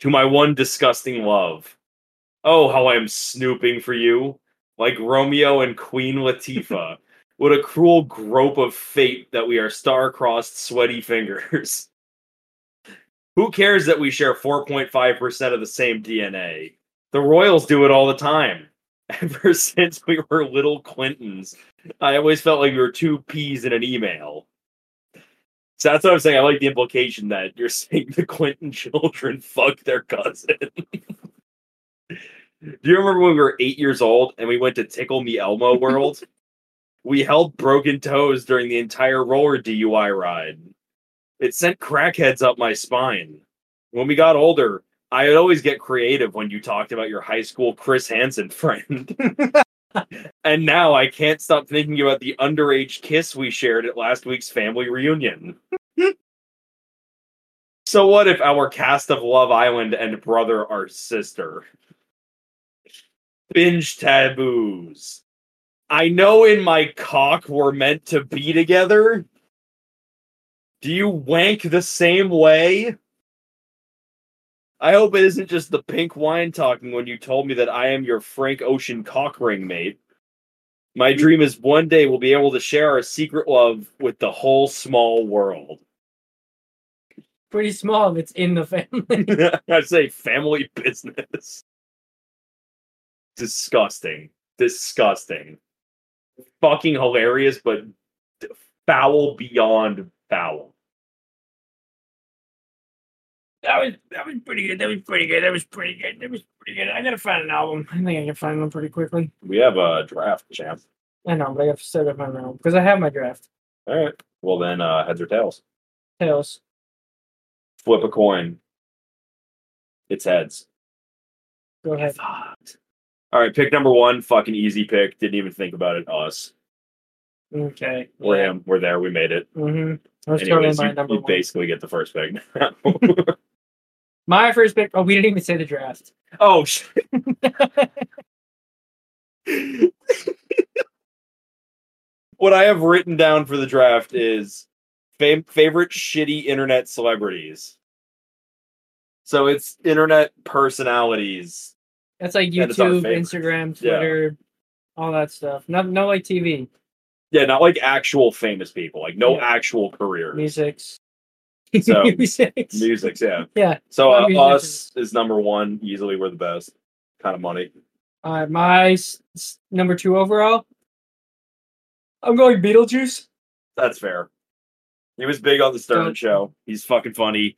Speaker 3: To my one disgusting love. Oh, how I am snooping for you. Like Romeo and Queen Latifah. what a cruel grope of fate that we are star-crossed sweaty fingers. Who cares that we share 4.5% of the same DNA? The Royals do it all the time. Ever since we were little Clintons, I always felt like we were two peas in an email. So that's what I'm saying. I like the implication that you're saying the Clinton children fuck their cousin. Do you remember when we were eight years old and we went to Tickle Me Elmo World? we held broken toes during the entire roller DUI ride. It sent crackheads up my spine. When we got older, I would always get creative when you talked about your high school Chris Hansen friend. and now I can't stop thinking about the underage kiss we shared at last week's family reunion. so, what if our cast of Love Island and brother are sister? Binge taboos. I know in my cock we're meant to be together. Do you wank the same way? I hope it isn't just the pink wine talking when you told me that I am your Frank Ocean cock ring mate. My dream is one day we'll be able to share our secret love with the whole small world.
Speaker 4: Pretty small if it's in the family.
Speaker 3: I say family business. Disgusting. Disgusting. Fucking hilarious, but foul beyond foul.
Speaker 4: That was that was pretty good. That was pretty good. That was pretty good. That was pretty good. I gotta find an album. I think I can find one pretty quickly.
Speaker 3: We have a draft, champ.
Speaker 4: I know, but I gotta set up my album because I have my draft.
Speaker 3: All right. Well, then, uh, heads or tails?
Speaker 4: Tails.
Speaker 3: Flip a coin. It's heads.
Speaker 4: Go ahead.
Speaker 3: Fucked. All right, pick number one. Fucking easy pick. Didn't even think about it. Us.
Speaker 4: Okay.
Speaker 3: We're him. We're there. We made it.
Speaker 4: Mm-hmm. I was
Speaker 3: Anyways,
Speaker 4: totally my
Speaker 3: you,
Speaker 4: number
Speaker 3: you
Speaker 4: one.
Speaker 3: basically get the first pick.
Speaker 4: My first pick. Oh, we didn't even say the draft.
Speaker 3: oh shit. what I have written down for the draft is fam- favorite shitty internet celebrities. So it's internet personalities.
Speaker 4: That's like
Speaker 3: And it's our
Speaker 4: YouTube,
Speaker 3: favorites.
Speaker 4: Instagram,
Speaker 3: Yeah.
Speaker 4: Twitter, all that stuff. No, no, like TV,
Speaker 3: Yeah, not like actual famous people, like no
Speaker 4: Yeah.
Speaker 3: actual careers.
Speaker 4: musics.
Speaker 3: So-
Speaker 4: musics.
Speaker 3: Music, yeah.
Speaker 4: Yeah.
Speaker 3: So
Speaker 4: Not
Speaker 3: uh,
Speaker 4: music.
Speaker 3: us is number one. Easily, we're the best. Kind of money.
Speaker 4: All right, my s- s- number two overall. I'm going Beetlejuice.
Speaker 3: That's fair. He was big on the Stern
Speaker 4: Don't-
Speaker 3: Show. He's fucking funny.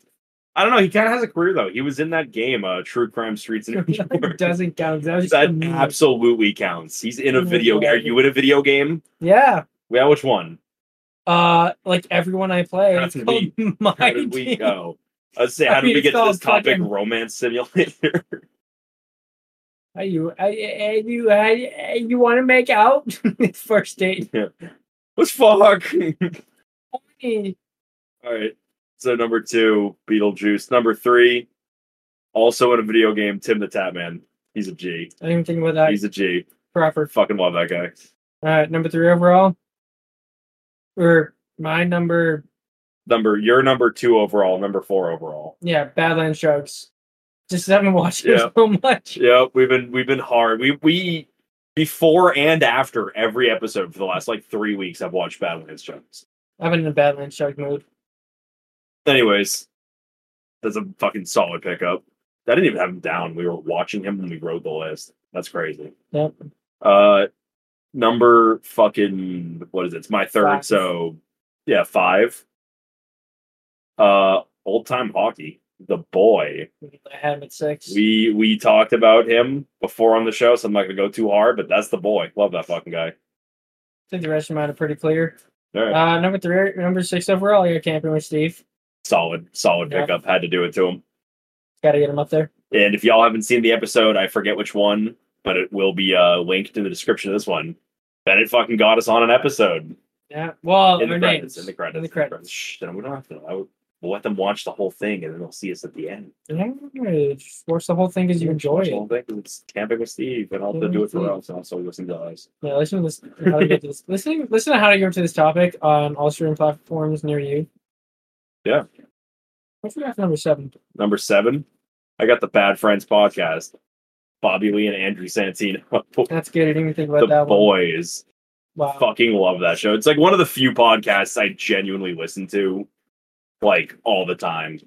Speaker 3: I don't know. He kind of has a career though. He was in that game, uh, True Crime Streets in New
Speaker 4: It
Speaker 3: York.
Speaker 4: doesn't count. That was just a
Speaker 3: that
Speaker 4: meme.
Speaker 3: absolutely counts. He's in a
Speaker 4: Oh my
Speaker 3: video game. Are
Speaker 4: God.
Speaker 3: you in a video game?
Speaker 4: yeah.
Speaker 3: Yeah, which one?
Speaker 4: Uh, like everyone I play.
Speaker 3: How
Speaker 4: it's
Speaker 3: did
Speaker 4: called My
Speaker 3: How did we
Speaker 4: Game.
Speaker 3: go? I was say, how
Speaker 4: I
Speaker 3: did
Speaker 4: mean,
Speaker 3: we get
Speaker 4: it's
Speaker 3: to
Speaker 4: all
Speaker 3: this topic?
Speaker 4: fucking-
Speaker 3: Romance simulator.
Speaker 4: Are you? Are you? Are you, are you, are you want to make out? It's First date.
Speaker 3: Let's fuck.
Speaker 4: Hey,
Speaker 3: All right. So number two, Beetlejuice. Number three, also in a video game, Tim the Tatman. He's a G.
Speaker 4: I didn't even think about that
Speaker 3: He's a G.
Speaker 4: proper.
Speaker 3: Fucking love that guy.
Speaker 4: All right, number three overall. Or my number,
Speaker 3: Number you're number two overall, number four overall.
Speaker 4: yeah, Badlands Drugs. Just haven't watched
Speaker 3: Yeah.
Speaker 4: it so much.
Speaker 3: Yep, we've been we've been hard. We we before and after every episode for the last like three weeks I've watched Badlands Jones.
Speaker 4: I've been in a Badlands Drug mood.
Speaker 3: Anyways, that's a fucking solid pickup. I didn't even have him down. We were watching him when we wrote the list. That's crazy.
Speaker 4: Yep.
Speaker 3: Uh number fucking what is it? It's my third,
Speaker 4: Five.
Speaker 3: so yeah, five. Uh old time hockey. The boy.
Speaker 4: I had him at six.
Speaker 3: We we talked about him before on the show, so I'm not gonna go too hard, but that's the boy. Love that fucking guy.
Speaker 4: I think the rest of mine are pretty clear.
Speaker 3: All right.
Speaker 4: Uh, number three, number six overall, I got camping with Steve.
Speaker 3: solid, solid
Speaker 4: yeah.
Speaker 3: pickup. Had to do it to him.
Speaker 4: Got to get him up there.
Speaker 3: And if y'all haven't seen the episode, I forget which one, but it will be uh linked in the description of this one. Bennett fucking got us on an episode.
Speaker 4: Yeah. Well,
Speaker 3: in, the
Speaker 4: Oh, their
Speaker 3: credits,
Speaker 4: names.
Speaker 3: in the credits.
Speaker 4: In the credits.
Speaker 3: Shh, then we don't have to. I would, we'll let them watch the whole thing and then they'll see us at the end.
Speaker 4: Yeah, just watch the whole thing because you enjoy
Speaker 3: Watch the
Speaker 4: it.
Speaker 3: whole thing 'cause it's Camping with Steve and I'll have to do it for us and also listen to us.
Speaker 4: Yeah, listen to this. How to get to this. Listen, listen to how to get to this topic on all streaming platforms near you.
Speaker 3: Yeah.
Speaker 4: What's your number seven?
Speaker 3: Number seven, I got the Bad Friends podcast. Bobby Lee and Andrew Santino.
Speaker 4: That's good. I didn't even think about
Speaker 3: the
Speaker 4: that one.
Speaker 3: boys.
Speaker 4: Wow.
Speaker 3: fucking love that show. It's like one of the few podcasts I genuinely listen to, like all the time.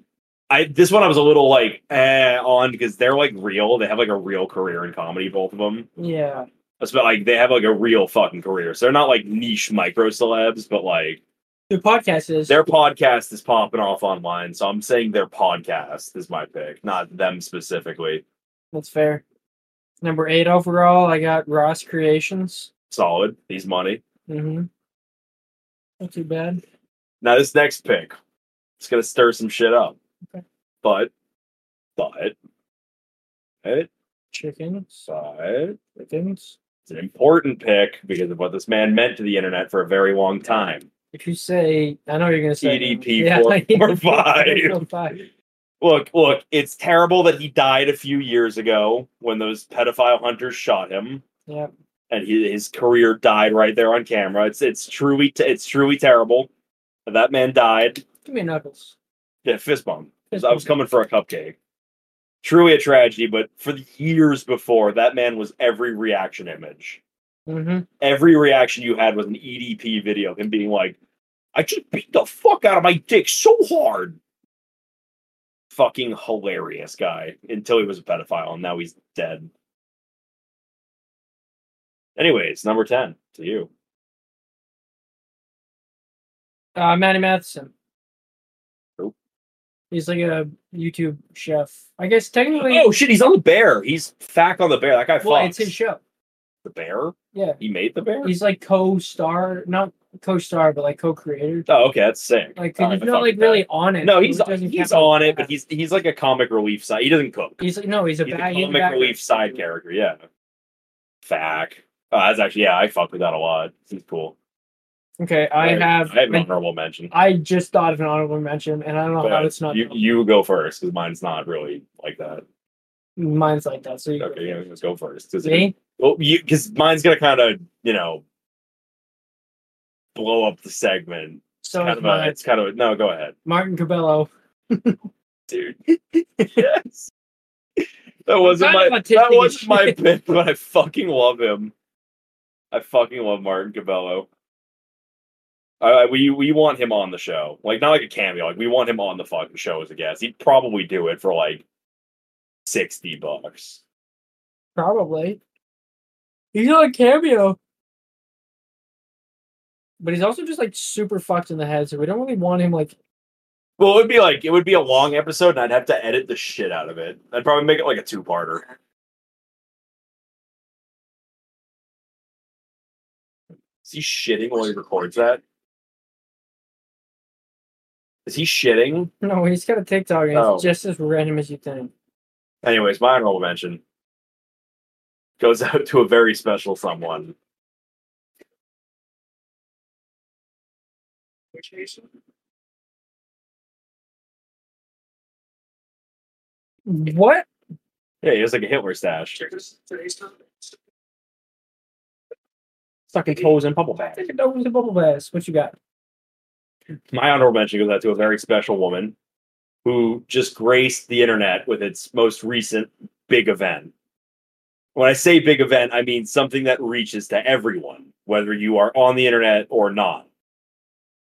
Speaker 3: I this one I was a little like eh, on because they're like real. They have like a real career in comedy, both of them.
Speaker 4: Yeah.
Speaker 3: It's about like they have like a real fucking career. So they're not like niche micro celebs, but like
Speaker 4: The podcast is.
Speaker 3: Their podcast is popping off online, so I'm saying their podcast is my pick, not them specifically.
Speaker 4: That's fair. Number eight overall, I got Ross Creations.
Speaker 3: Solid. He's money.
Speaker 4: Mm-hmm. Not too bad.
Speaker 3: Now this next pick, it's gonna stir some shit up.
Speaker 4: Okay.
Speaker 3: But, but, but,
Speaker 4: Chickens.
Speaker 3: but,
Speaker 4: Chickens.
Speaker 3: It's an important pick because of what this man meant to the internet for a very long time.
Speaker 4: If you say, I know you're going to say.
Speaker 3: EDP
Speaker 4: Yeah,
Speaker 3: four-
Speaker 4: EDP
Speaker 3: four five.
Speaker 4: 445.
Speaker 3: Look, look, it's terrible that he died a few years ago when those pedophile hunters shot him
Speaker 4: Yep.
Speaker 3: and he, his career died right there on camera. It's it's truly te- it's truly terrible. that That man died.
Speaker 4: Give me knuckles.
Speaker 3: Yeah, fist bump. 'Cause I was coming for a cupcake. Truly a tragedy, but for the years before, that man was every reaction image.
Speaker 4: Mm-hmm.
Speaker 3: every reaction you had was an EDP video of him being like, I just beat the fuck out of my dick so hard. Fucking hilarious guy until he was a pedophile and now he's dead. Anyways, number 10 to you.
Speaker 4: Uh, Matty Matheson.
Speaker 3: Who?
Speaker 4: He's like a YouTube chef. I guess technically,
Speaker 3: Oh shit, he's on the bear. He's fact on the bear. That guy
Speaker 4: well,
Speaker 3: fucks.
Speaker 4: it's his show.
Speaker 3: the bear?
Speaker 4: Yeah.
Speaker 3: He made the bear?
Speaker 4: He's like co-star, not co-star, but like co-creator.
Speaker 3: oh, okay, that's sick.
Speaker 4: Like,
Speaker 3: All
Speaker 4: cause
Speaker 3: right,
Speaker 4: he's
Speaker 3: I
Speaker 4: not
Speaker 3: fuck
Speaker 4: like
Speaker 3: with that.
Speaker 4: really on it.
Speaker 3: No,
Speaker 4: so
Speaker 3: he's
Speaker 4: it doesn't
Speaker 3: he's
Speaker 4: count like
Speaker 3: on it,
Speaker 4: that.
Speaker 3: but he's he's like a comic relief side. He doesn't cook.
Speaker 4: he's like no, he's a
Speaker 3: He's a
Speaker 4: bad he's a
Speaker 3: comic
Speaker 4: bad-
Speaker 3: relief side character, yeah. Fact. Oh, that's actually yeah, I fuck with that a lot. He's cool.
Speaker 4: Okay, I have.
Speaker 3: I have an
Speaker 4: I,
Speaker 3: honorable mention.
Speaker 4: just thought of an honorable mention, and I don't know
Speaker 3: But
Speaker 4: how it's not.
Speaker 3: you you go first because mine's not really like that.
Speaker 4: mine's like that. So you go
Speaker 3: Okay, yeah,
Speaker 4: first.
Speaker 3: let's go first. Cause it-
Speaker 4: me.
Speaker 3: well, you because mine's gonna kind of you know blow up the segment.
Speaker 4: So
Speaker 3: kind
Speaker 4: it's
Speaker 3: of a,
Speaker 4: mine.
Speaker 3: it's kind of no. Go ahead,
Speaker 4: Martin Cabello.
Speaker 3: dude. yes, that wasn't
Speaker 4: Kind
Speaker 3: my
Speaker 4: of autistic
Speaker 3: that
Speaker 4: as
Speaker 3: wasn't my
Speaker 4: shit.
Speaker 3: pick, but I fucking love him. I fucking love Martin Cabello. I, I- we we want him on the show, like not like a cameo. Like we want him on the fucking show as a guest. He'd probably do it for like sixty bucks.
Speaker 4: Probably. He's on cameo. But he's also just like super fucked in the head, so we don't really want him like
Speaker 3: Well, it would be like it would be a long episode, and I'd have to edit the shit out of it. I'd probably make it like a two-parter. Is he shitting while he records that? Is he shitting?
Speaker 4: no, he's got a TikTok and
Speaker 3: Oh.
Speaker 4: it's just as random as you think.
Speaker 3: Anyways, my honorable mention goes out to a very special someone.
Speaker 4: What?
Speaker 3: Yeah, he has like a Hitler stash. Sucking toes in bubble bath.
Speaker 4: Take a dog with a bubble bass. What you got?
Speaker 3: my honorable mention goes out to a very special woman who just graced the internet with its most recent big event. When I say big event, I mean something that reaches to everyone, whether you are on the internet or not.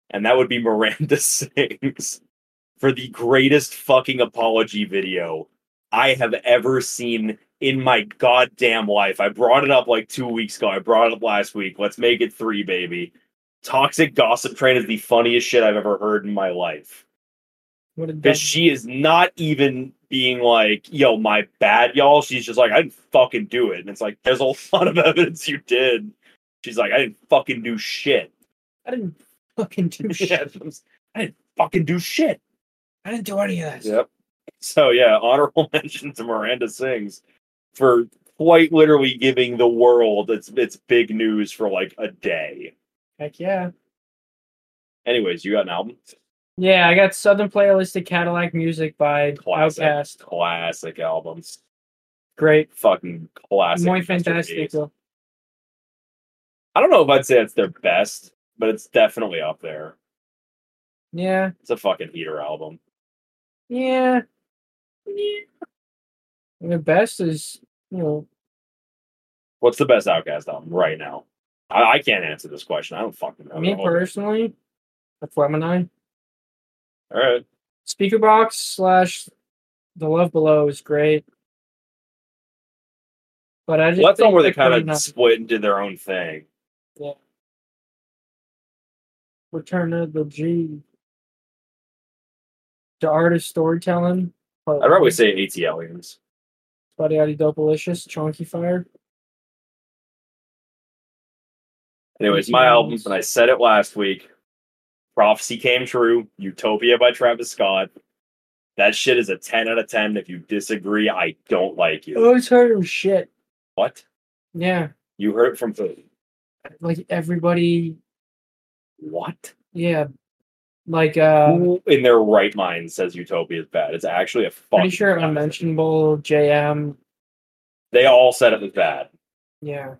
Speaker 3: And that would be Miranda Sings for the greatest fucking apology video I have ever seen in my goddamn life. I brought it up like two weeks ago. I brought it up last week. Let's make it three, baby. Toxic Gossip Train is the funniest shit I've ever heard in my life.
Speaker 4: What a dumb-
Speaker 3: Because she is not even being like, yo, my bad, y'all. She's just like, I didn't fucking do it. And it's like, there's a lot of evidence you did. She's like, I didn't fucking do shit.
Speaker 4: I didn't fucking do
Speaker 3: Yeah,
Speaker 4: shit.
Speaker 3: that's- I didn't fucking do shit.
Speaker 4: I didn't do any of that.
Speaker 3: Yep. So yeah, honorable mention to Miranda Sings for quite literally giving the world its its big news for like a day.
Speaker 4: Heck yeah.
Speaker 3: Anyways, you got an album?
Speaker 4: Yeah, I got Southern Playlist of Cadillac Music by
Speaker 3: Classic.
Speaker 4: Outcast.
Speaker 3: Classic albums.
Speaker 4: Great.
Speaker 3: Fucking classic.
Speaker 4: Muy
Speaker 3: masterpiece.
Speaker 4: fantastico.
Speaker 3: I don't know if I'd say it's their best, but it's definitely up there.
Speaker 4: Yeah.
Speaker 3: It's a fucking heater album.
Speaker 4: Yeah. yeah. And the best is, you know,
Speaker 3: What's the best Outcast album right now? I, I can't answer this question. I don't fucking know.
Speaker 4: me personally, the Gemini
Speaker 3: All right.
Speaker 4: speaker box slash the love below is great. But I just
Speaker 3: Well, that's
Speaker 4: think
Speaker 3: not where they
Speaker 4: they're
Speaker 3: kind
Speaker 4: putting up-
Speaker 3: of split and did their own thing.
Speaker 4: Yeah. Return of the G. The art of storytelling. But
Speaker 3: I'd probably say ATLians.
Speaker 4: Buddy Adi Delicious, Chunky Fire.
Speaker 3: Anyways, my albums, and I said it last week. Prophecy Came True, Utopia by Travis Scott. That shit is a 10 out of 10. If you disagree, I don't like you.
Speaker 4: Always heard him shit.
Speaker 3: What?
Speaker 4: Yeah,
Speaker 3: You heard it from who?
Speaker 4: like everybody.
Speaker 3: What?
Speaker 4: Yeah, like uh,
Speaker 3: Who in their right mind says Utopia is bad? It's actually a fucking
Speaker 4: pretty sure
Speaker 3: classic.
Speaker 4: unmentionable JM.
Speaker 3: They all said it was bad.
Speaker 4: Yeah,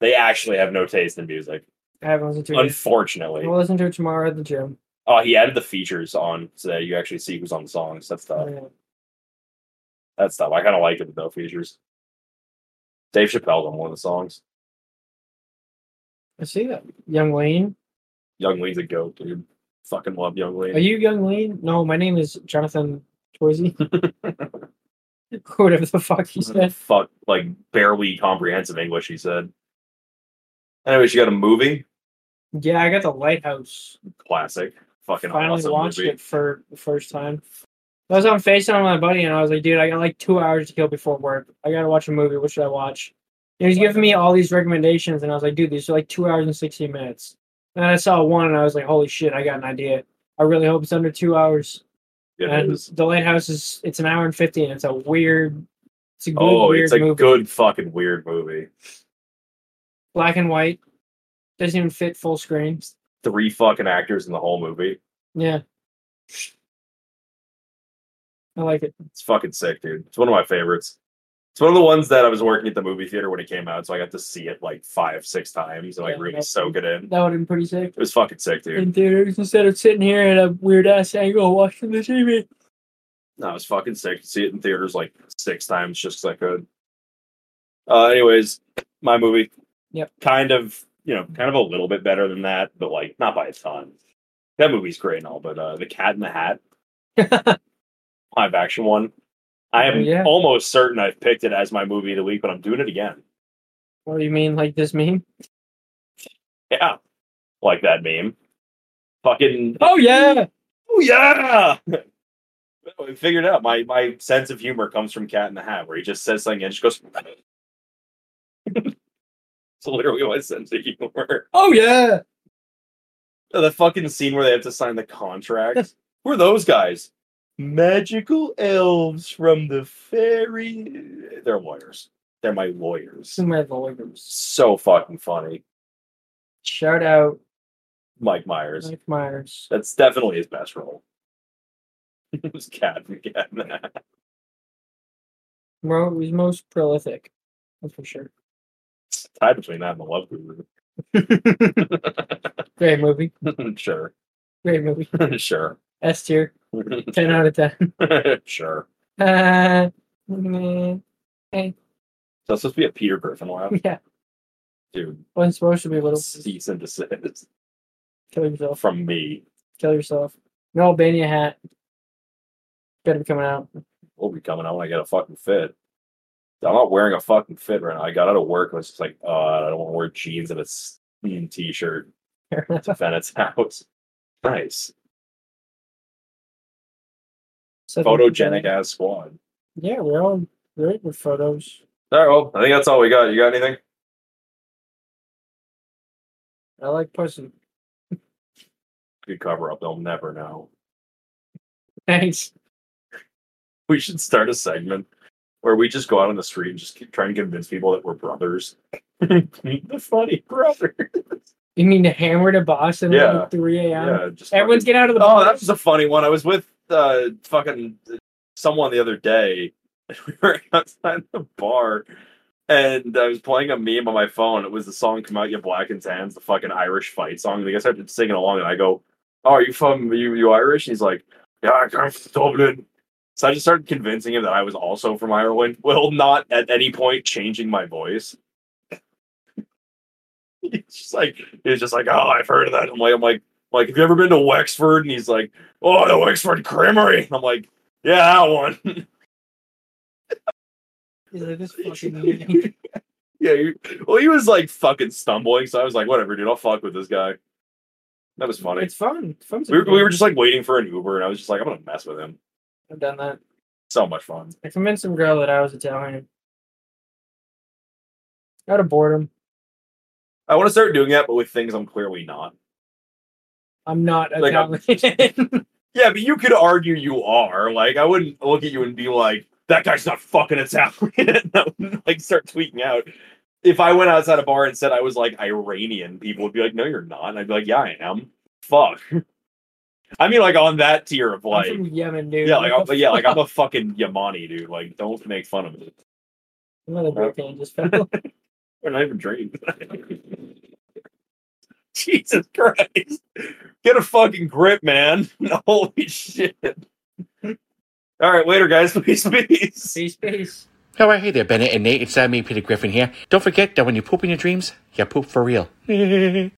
Speaker 3: They actually have no taste in music,
Speaker 4: I haven't listened to it.
Speaker 3: unfortunately.
Speaker 4: We'll listen to it tomorrow at the gym.
Speaker 3: Oh, he added the features on so that you actually see who's on the songs. That's tough.
Speaker 4: Yeah.
Speaker 3: That's tough. I kind of liked it with no features. Dave Chappelle's on one of the songs.
Speaker 4: I see that. Young Lean.
Speaker 3: Young Lean's a goat, dude. Fucking love Young Lean.
Speaker 4: Are you Young Lean? No, my name is Jonathan Toisey. Whatever the fuck he said.
Speaker 3: Fuck, like barely comprehensive English, he said. Anyways, you got a movie?
Speaker 4: Yeah, I got the Lighthouse.
Speaker 3: Classic. Fucking
Speaker 4: Finally
Speaker 3: awesome
Speaker 4: watched
Speaker 3: movie.
Speaker 4: it for the first time. I was on FaceTime with my buddy and I was like, dude, I got like two hours to kill before work. I gotta watch a movie. What should I watch? And he was giving me all these recommendations and I was like, dude, these are like two hours and 16 minutes. And then I saw one and I was like, holy shit, I got an idea. I really hope it's under two hours.
Speaker 3: It
Speaker 4: and
Speaker 3: is.
Speaker 4: The Lighthouse is, it's an hour and 50 and it's a weird, it's a good,
Speaker 3: Oh,
Speaker 4: weird
Speaker 3: it's a
Speaker 4: movie.
Speaker 3: good fucking weird movie.
Speaker 4: Black and white. Doesn't even fit full screen.
Speaker 3: Three fucking actors in the whole movie.
Speaker 4: Yeah. I like it.
Speaker 3: It's fucking sick, dude. It's one of my favorites. It's one of the ones that I was working at the movie theater when it came out, so I got to see it like five, six times and like
Speaker 4: Yeah,
Speaker 3: really
Speaker 4: that's-
Speaker 3: soak it in. It
Speaker 4: That would have been pretty sick.
Speaker 3: was fucking sick, dude.
Speaker 4: in theaters instead of sitting here at a weird ass angle watching the TV.
Speaker 3: No, it was fucking sick. See it in theaters like six times just 'cause I could. Uh, anyways, my movie.
Speaker 4: Yep.
Speaker 3: Kind of, you know, kind of a little bit better than that, but like not by a ton. That movie's great and all, but uh, the Cat in the Hat live action one. I am
Speaker 4: Oh, yeah.
Speaker 3: almost certain I've picked it as my movie of the week, but I'm doing it again.
Speaker 4: What do you mean, like this meme?
Speaker 3: Yeah, like that meme. Fucking
Speaker 4: Oh yeah,
Speaker 3: Oh yeah. I figured out my my sense of humor comes from Cat in the Hat, where he just says something and she goes. it's literally my sense of humor.
Speaker 4: oh yeah.
Speaker 3: The fucking scene where they have to sign the contract. Who are those guys? Magical elves from the fairy. They're lawyers. They're my lawyers.
Speaker 4: This is my lawyers.
Speaker 3: So fucking funny,
Speaker 4: Shout out
Speaker 3: Mike Myers.
Speaker 4: Mike Myers.
Speaker 3: That's definitely his best role. it was Cat in Cat in the Hat.
Speaker 4: Mo was most prolific, that's for sure.
Speaker 3: Tied between that and the Love Guru.
Speaker 4: Great movie,
Speaker 3: sure.
Speaker 4: great movie.
Speaker 3: sure.
Speaker 4: S tier, ten out of ten.
Speaker 3: sure.
Speaker 4: Uh, mm,
Speaker 3: That's supposed to be a Peter Griffin laugh,
Speaker 4: yeah,
Speaker 3: dude.
Speaker 4: wasn't supposed to be a little
Speaker 3: Cease and desist
Speaker 4: kill yourself.
Speaker 3: from me.
Speaker 4: Kill yourself. No Albania hat. Better be coming out.
Speaker 3: We'll be coming out when I get a fucking fit. I'm not wearing a fucking fit right now. I got out of work and I was just like, uh, I don't want to wear jeans and a s- mean t-shirt
Speaker 4: Fair enough.
Speaker 3: to Bennett's house. Nice.
Speaker 4: So-
Speaker 3: Photogenic ass squad.
Speaker 4: Yeah, we're all great with photos.
Speaker 3: All right, well, I think that's all we got. You got anything?
Speaker 4: I like pussy.
Speaker 3: Good cover up. They'll never know.
Speaker 4: Thanks.
Speaker 3: We should start a segment where we just go out on the street and just keep trying to convince people that we're brothers. the funny brother.
Speaker 4: You mean to hammer to Boston at
Speaker 3: Yeah.
Speaker 4: like 3 a.m.?
Speaker 3: Yeah, just
Speaker 4: Everyone's
Speaker 3: fucking-
Speaker 4: getting out of the
Speaker 3: Oh,
Speaker 4: bar.
Speaker 3: that was a funny one. I was with uh fucking someone the other day, and we were outside the bar, and I was playing a meme on my phone. It was the song "Come Out You Black and Tans," the fucking Irish fight song. The guy started singing along, and I go, "Oh, are you from you you Irish?" And he's like, "Yeah, I come from Dublin." So I just started convincing him that I was also from Ireland. Well, not at any point changing my voice. It's just like he's just like, oh, I've heard of that. I'm like, I'm like, like, have you ever been to Wexford? And he's like, oh, the Wexford Creamery. And I'm like, yeah, that one.
Speaker 4: He's like, this fucking
Speaker 3: yeah, you, well, he was like fucking stumbling, so I was like, whatever, dude, I'll fuck with this guy. That was funny.
Speaker 4: It's fun. It's fun.
Speaker 3: we, were, we were just like waiting for an Uber, and I was just like, I'm gonna mess with him.
Speaker 4: I've done that.
Speaker 3: So much fun.
Speaker 4: I convinced some girl that I was Italian. Out of boredom.
Speaker 3: I want to start doing that, but with things I'm clearly not.
Speaker 4: I'm not
Speaker 3: Like, I'm-
Speaker 4: Italian.
Speaker 3: Yeah, but you could argue you are. Like, I wouldn't look at you and be like, that guy's not fucking Italian. I would like start tweaking out. If I went outside a bar and said I was like Iranian, people would be like, no, you're not. And I'd be like, yeah, I am. Fuck. I mean, like on that tier of
Speaker 4: I'm
Speaker 3: like,
Speaker 4: from Yemen, dude.
Speaker 3: yeah, like, I'm, yeah, like I'm a fucking Yamani, dude. Like, don't make fun of me.
Speaker 4: Another beer can just fell.
Speaker 3: We're not even drinking. Jesus Christ. Get a fucking grip, man. Holy shit. All right, later, guys. Please, please.
Speaker 4: Space, space.
Speaker 6: Oh, hey there, Bennett and Nate. It's uh, me, Peter Griffin here. Don't forget that when you poop in your dreams, you poop for real.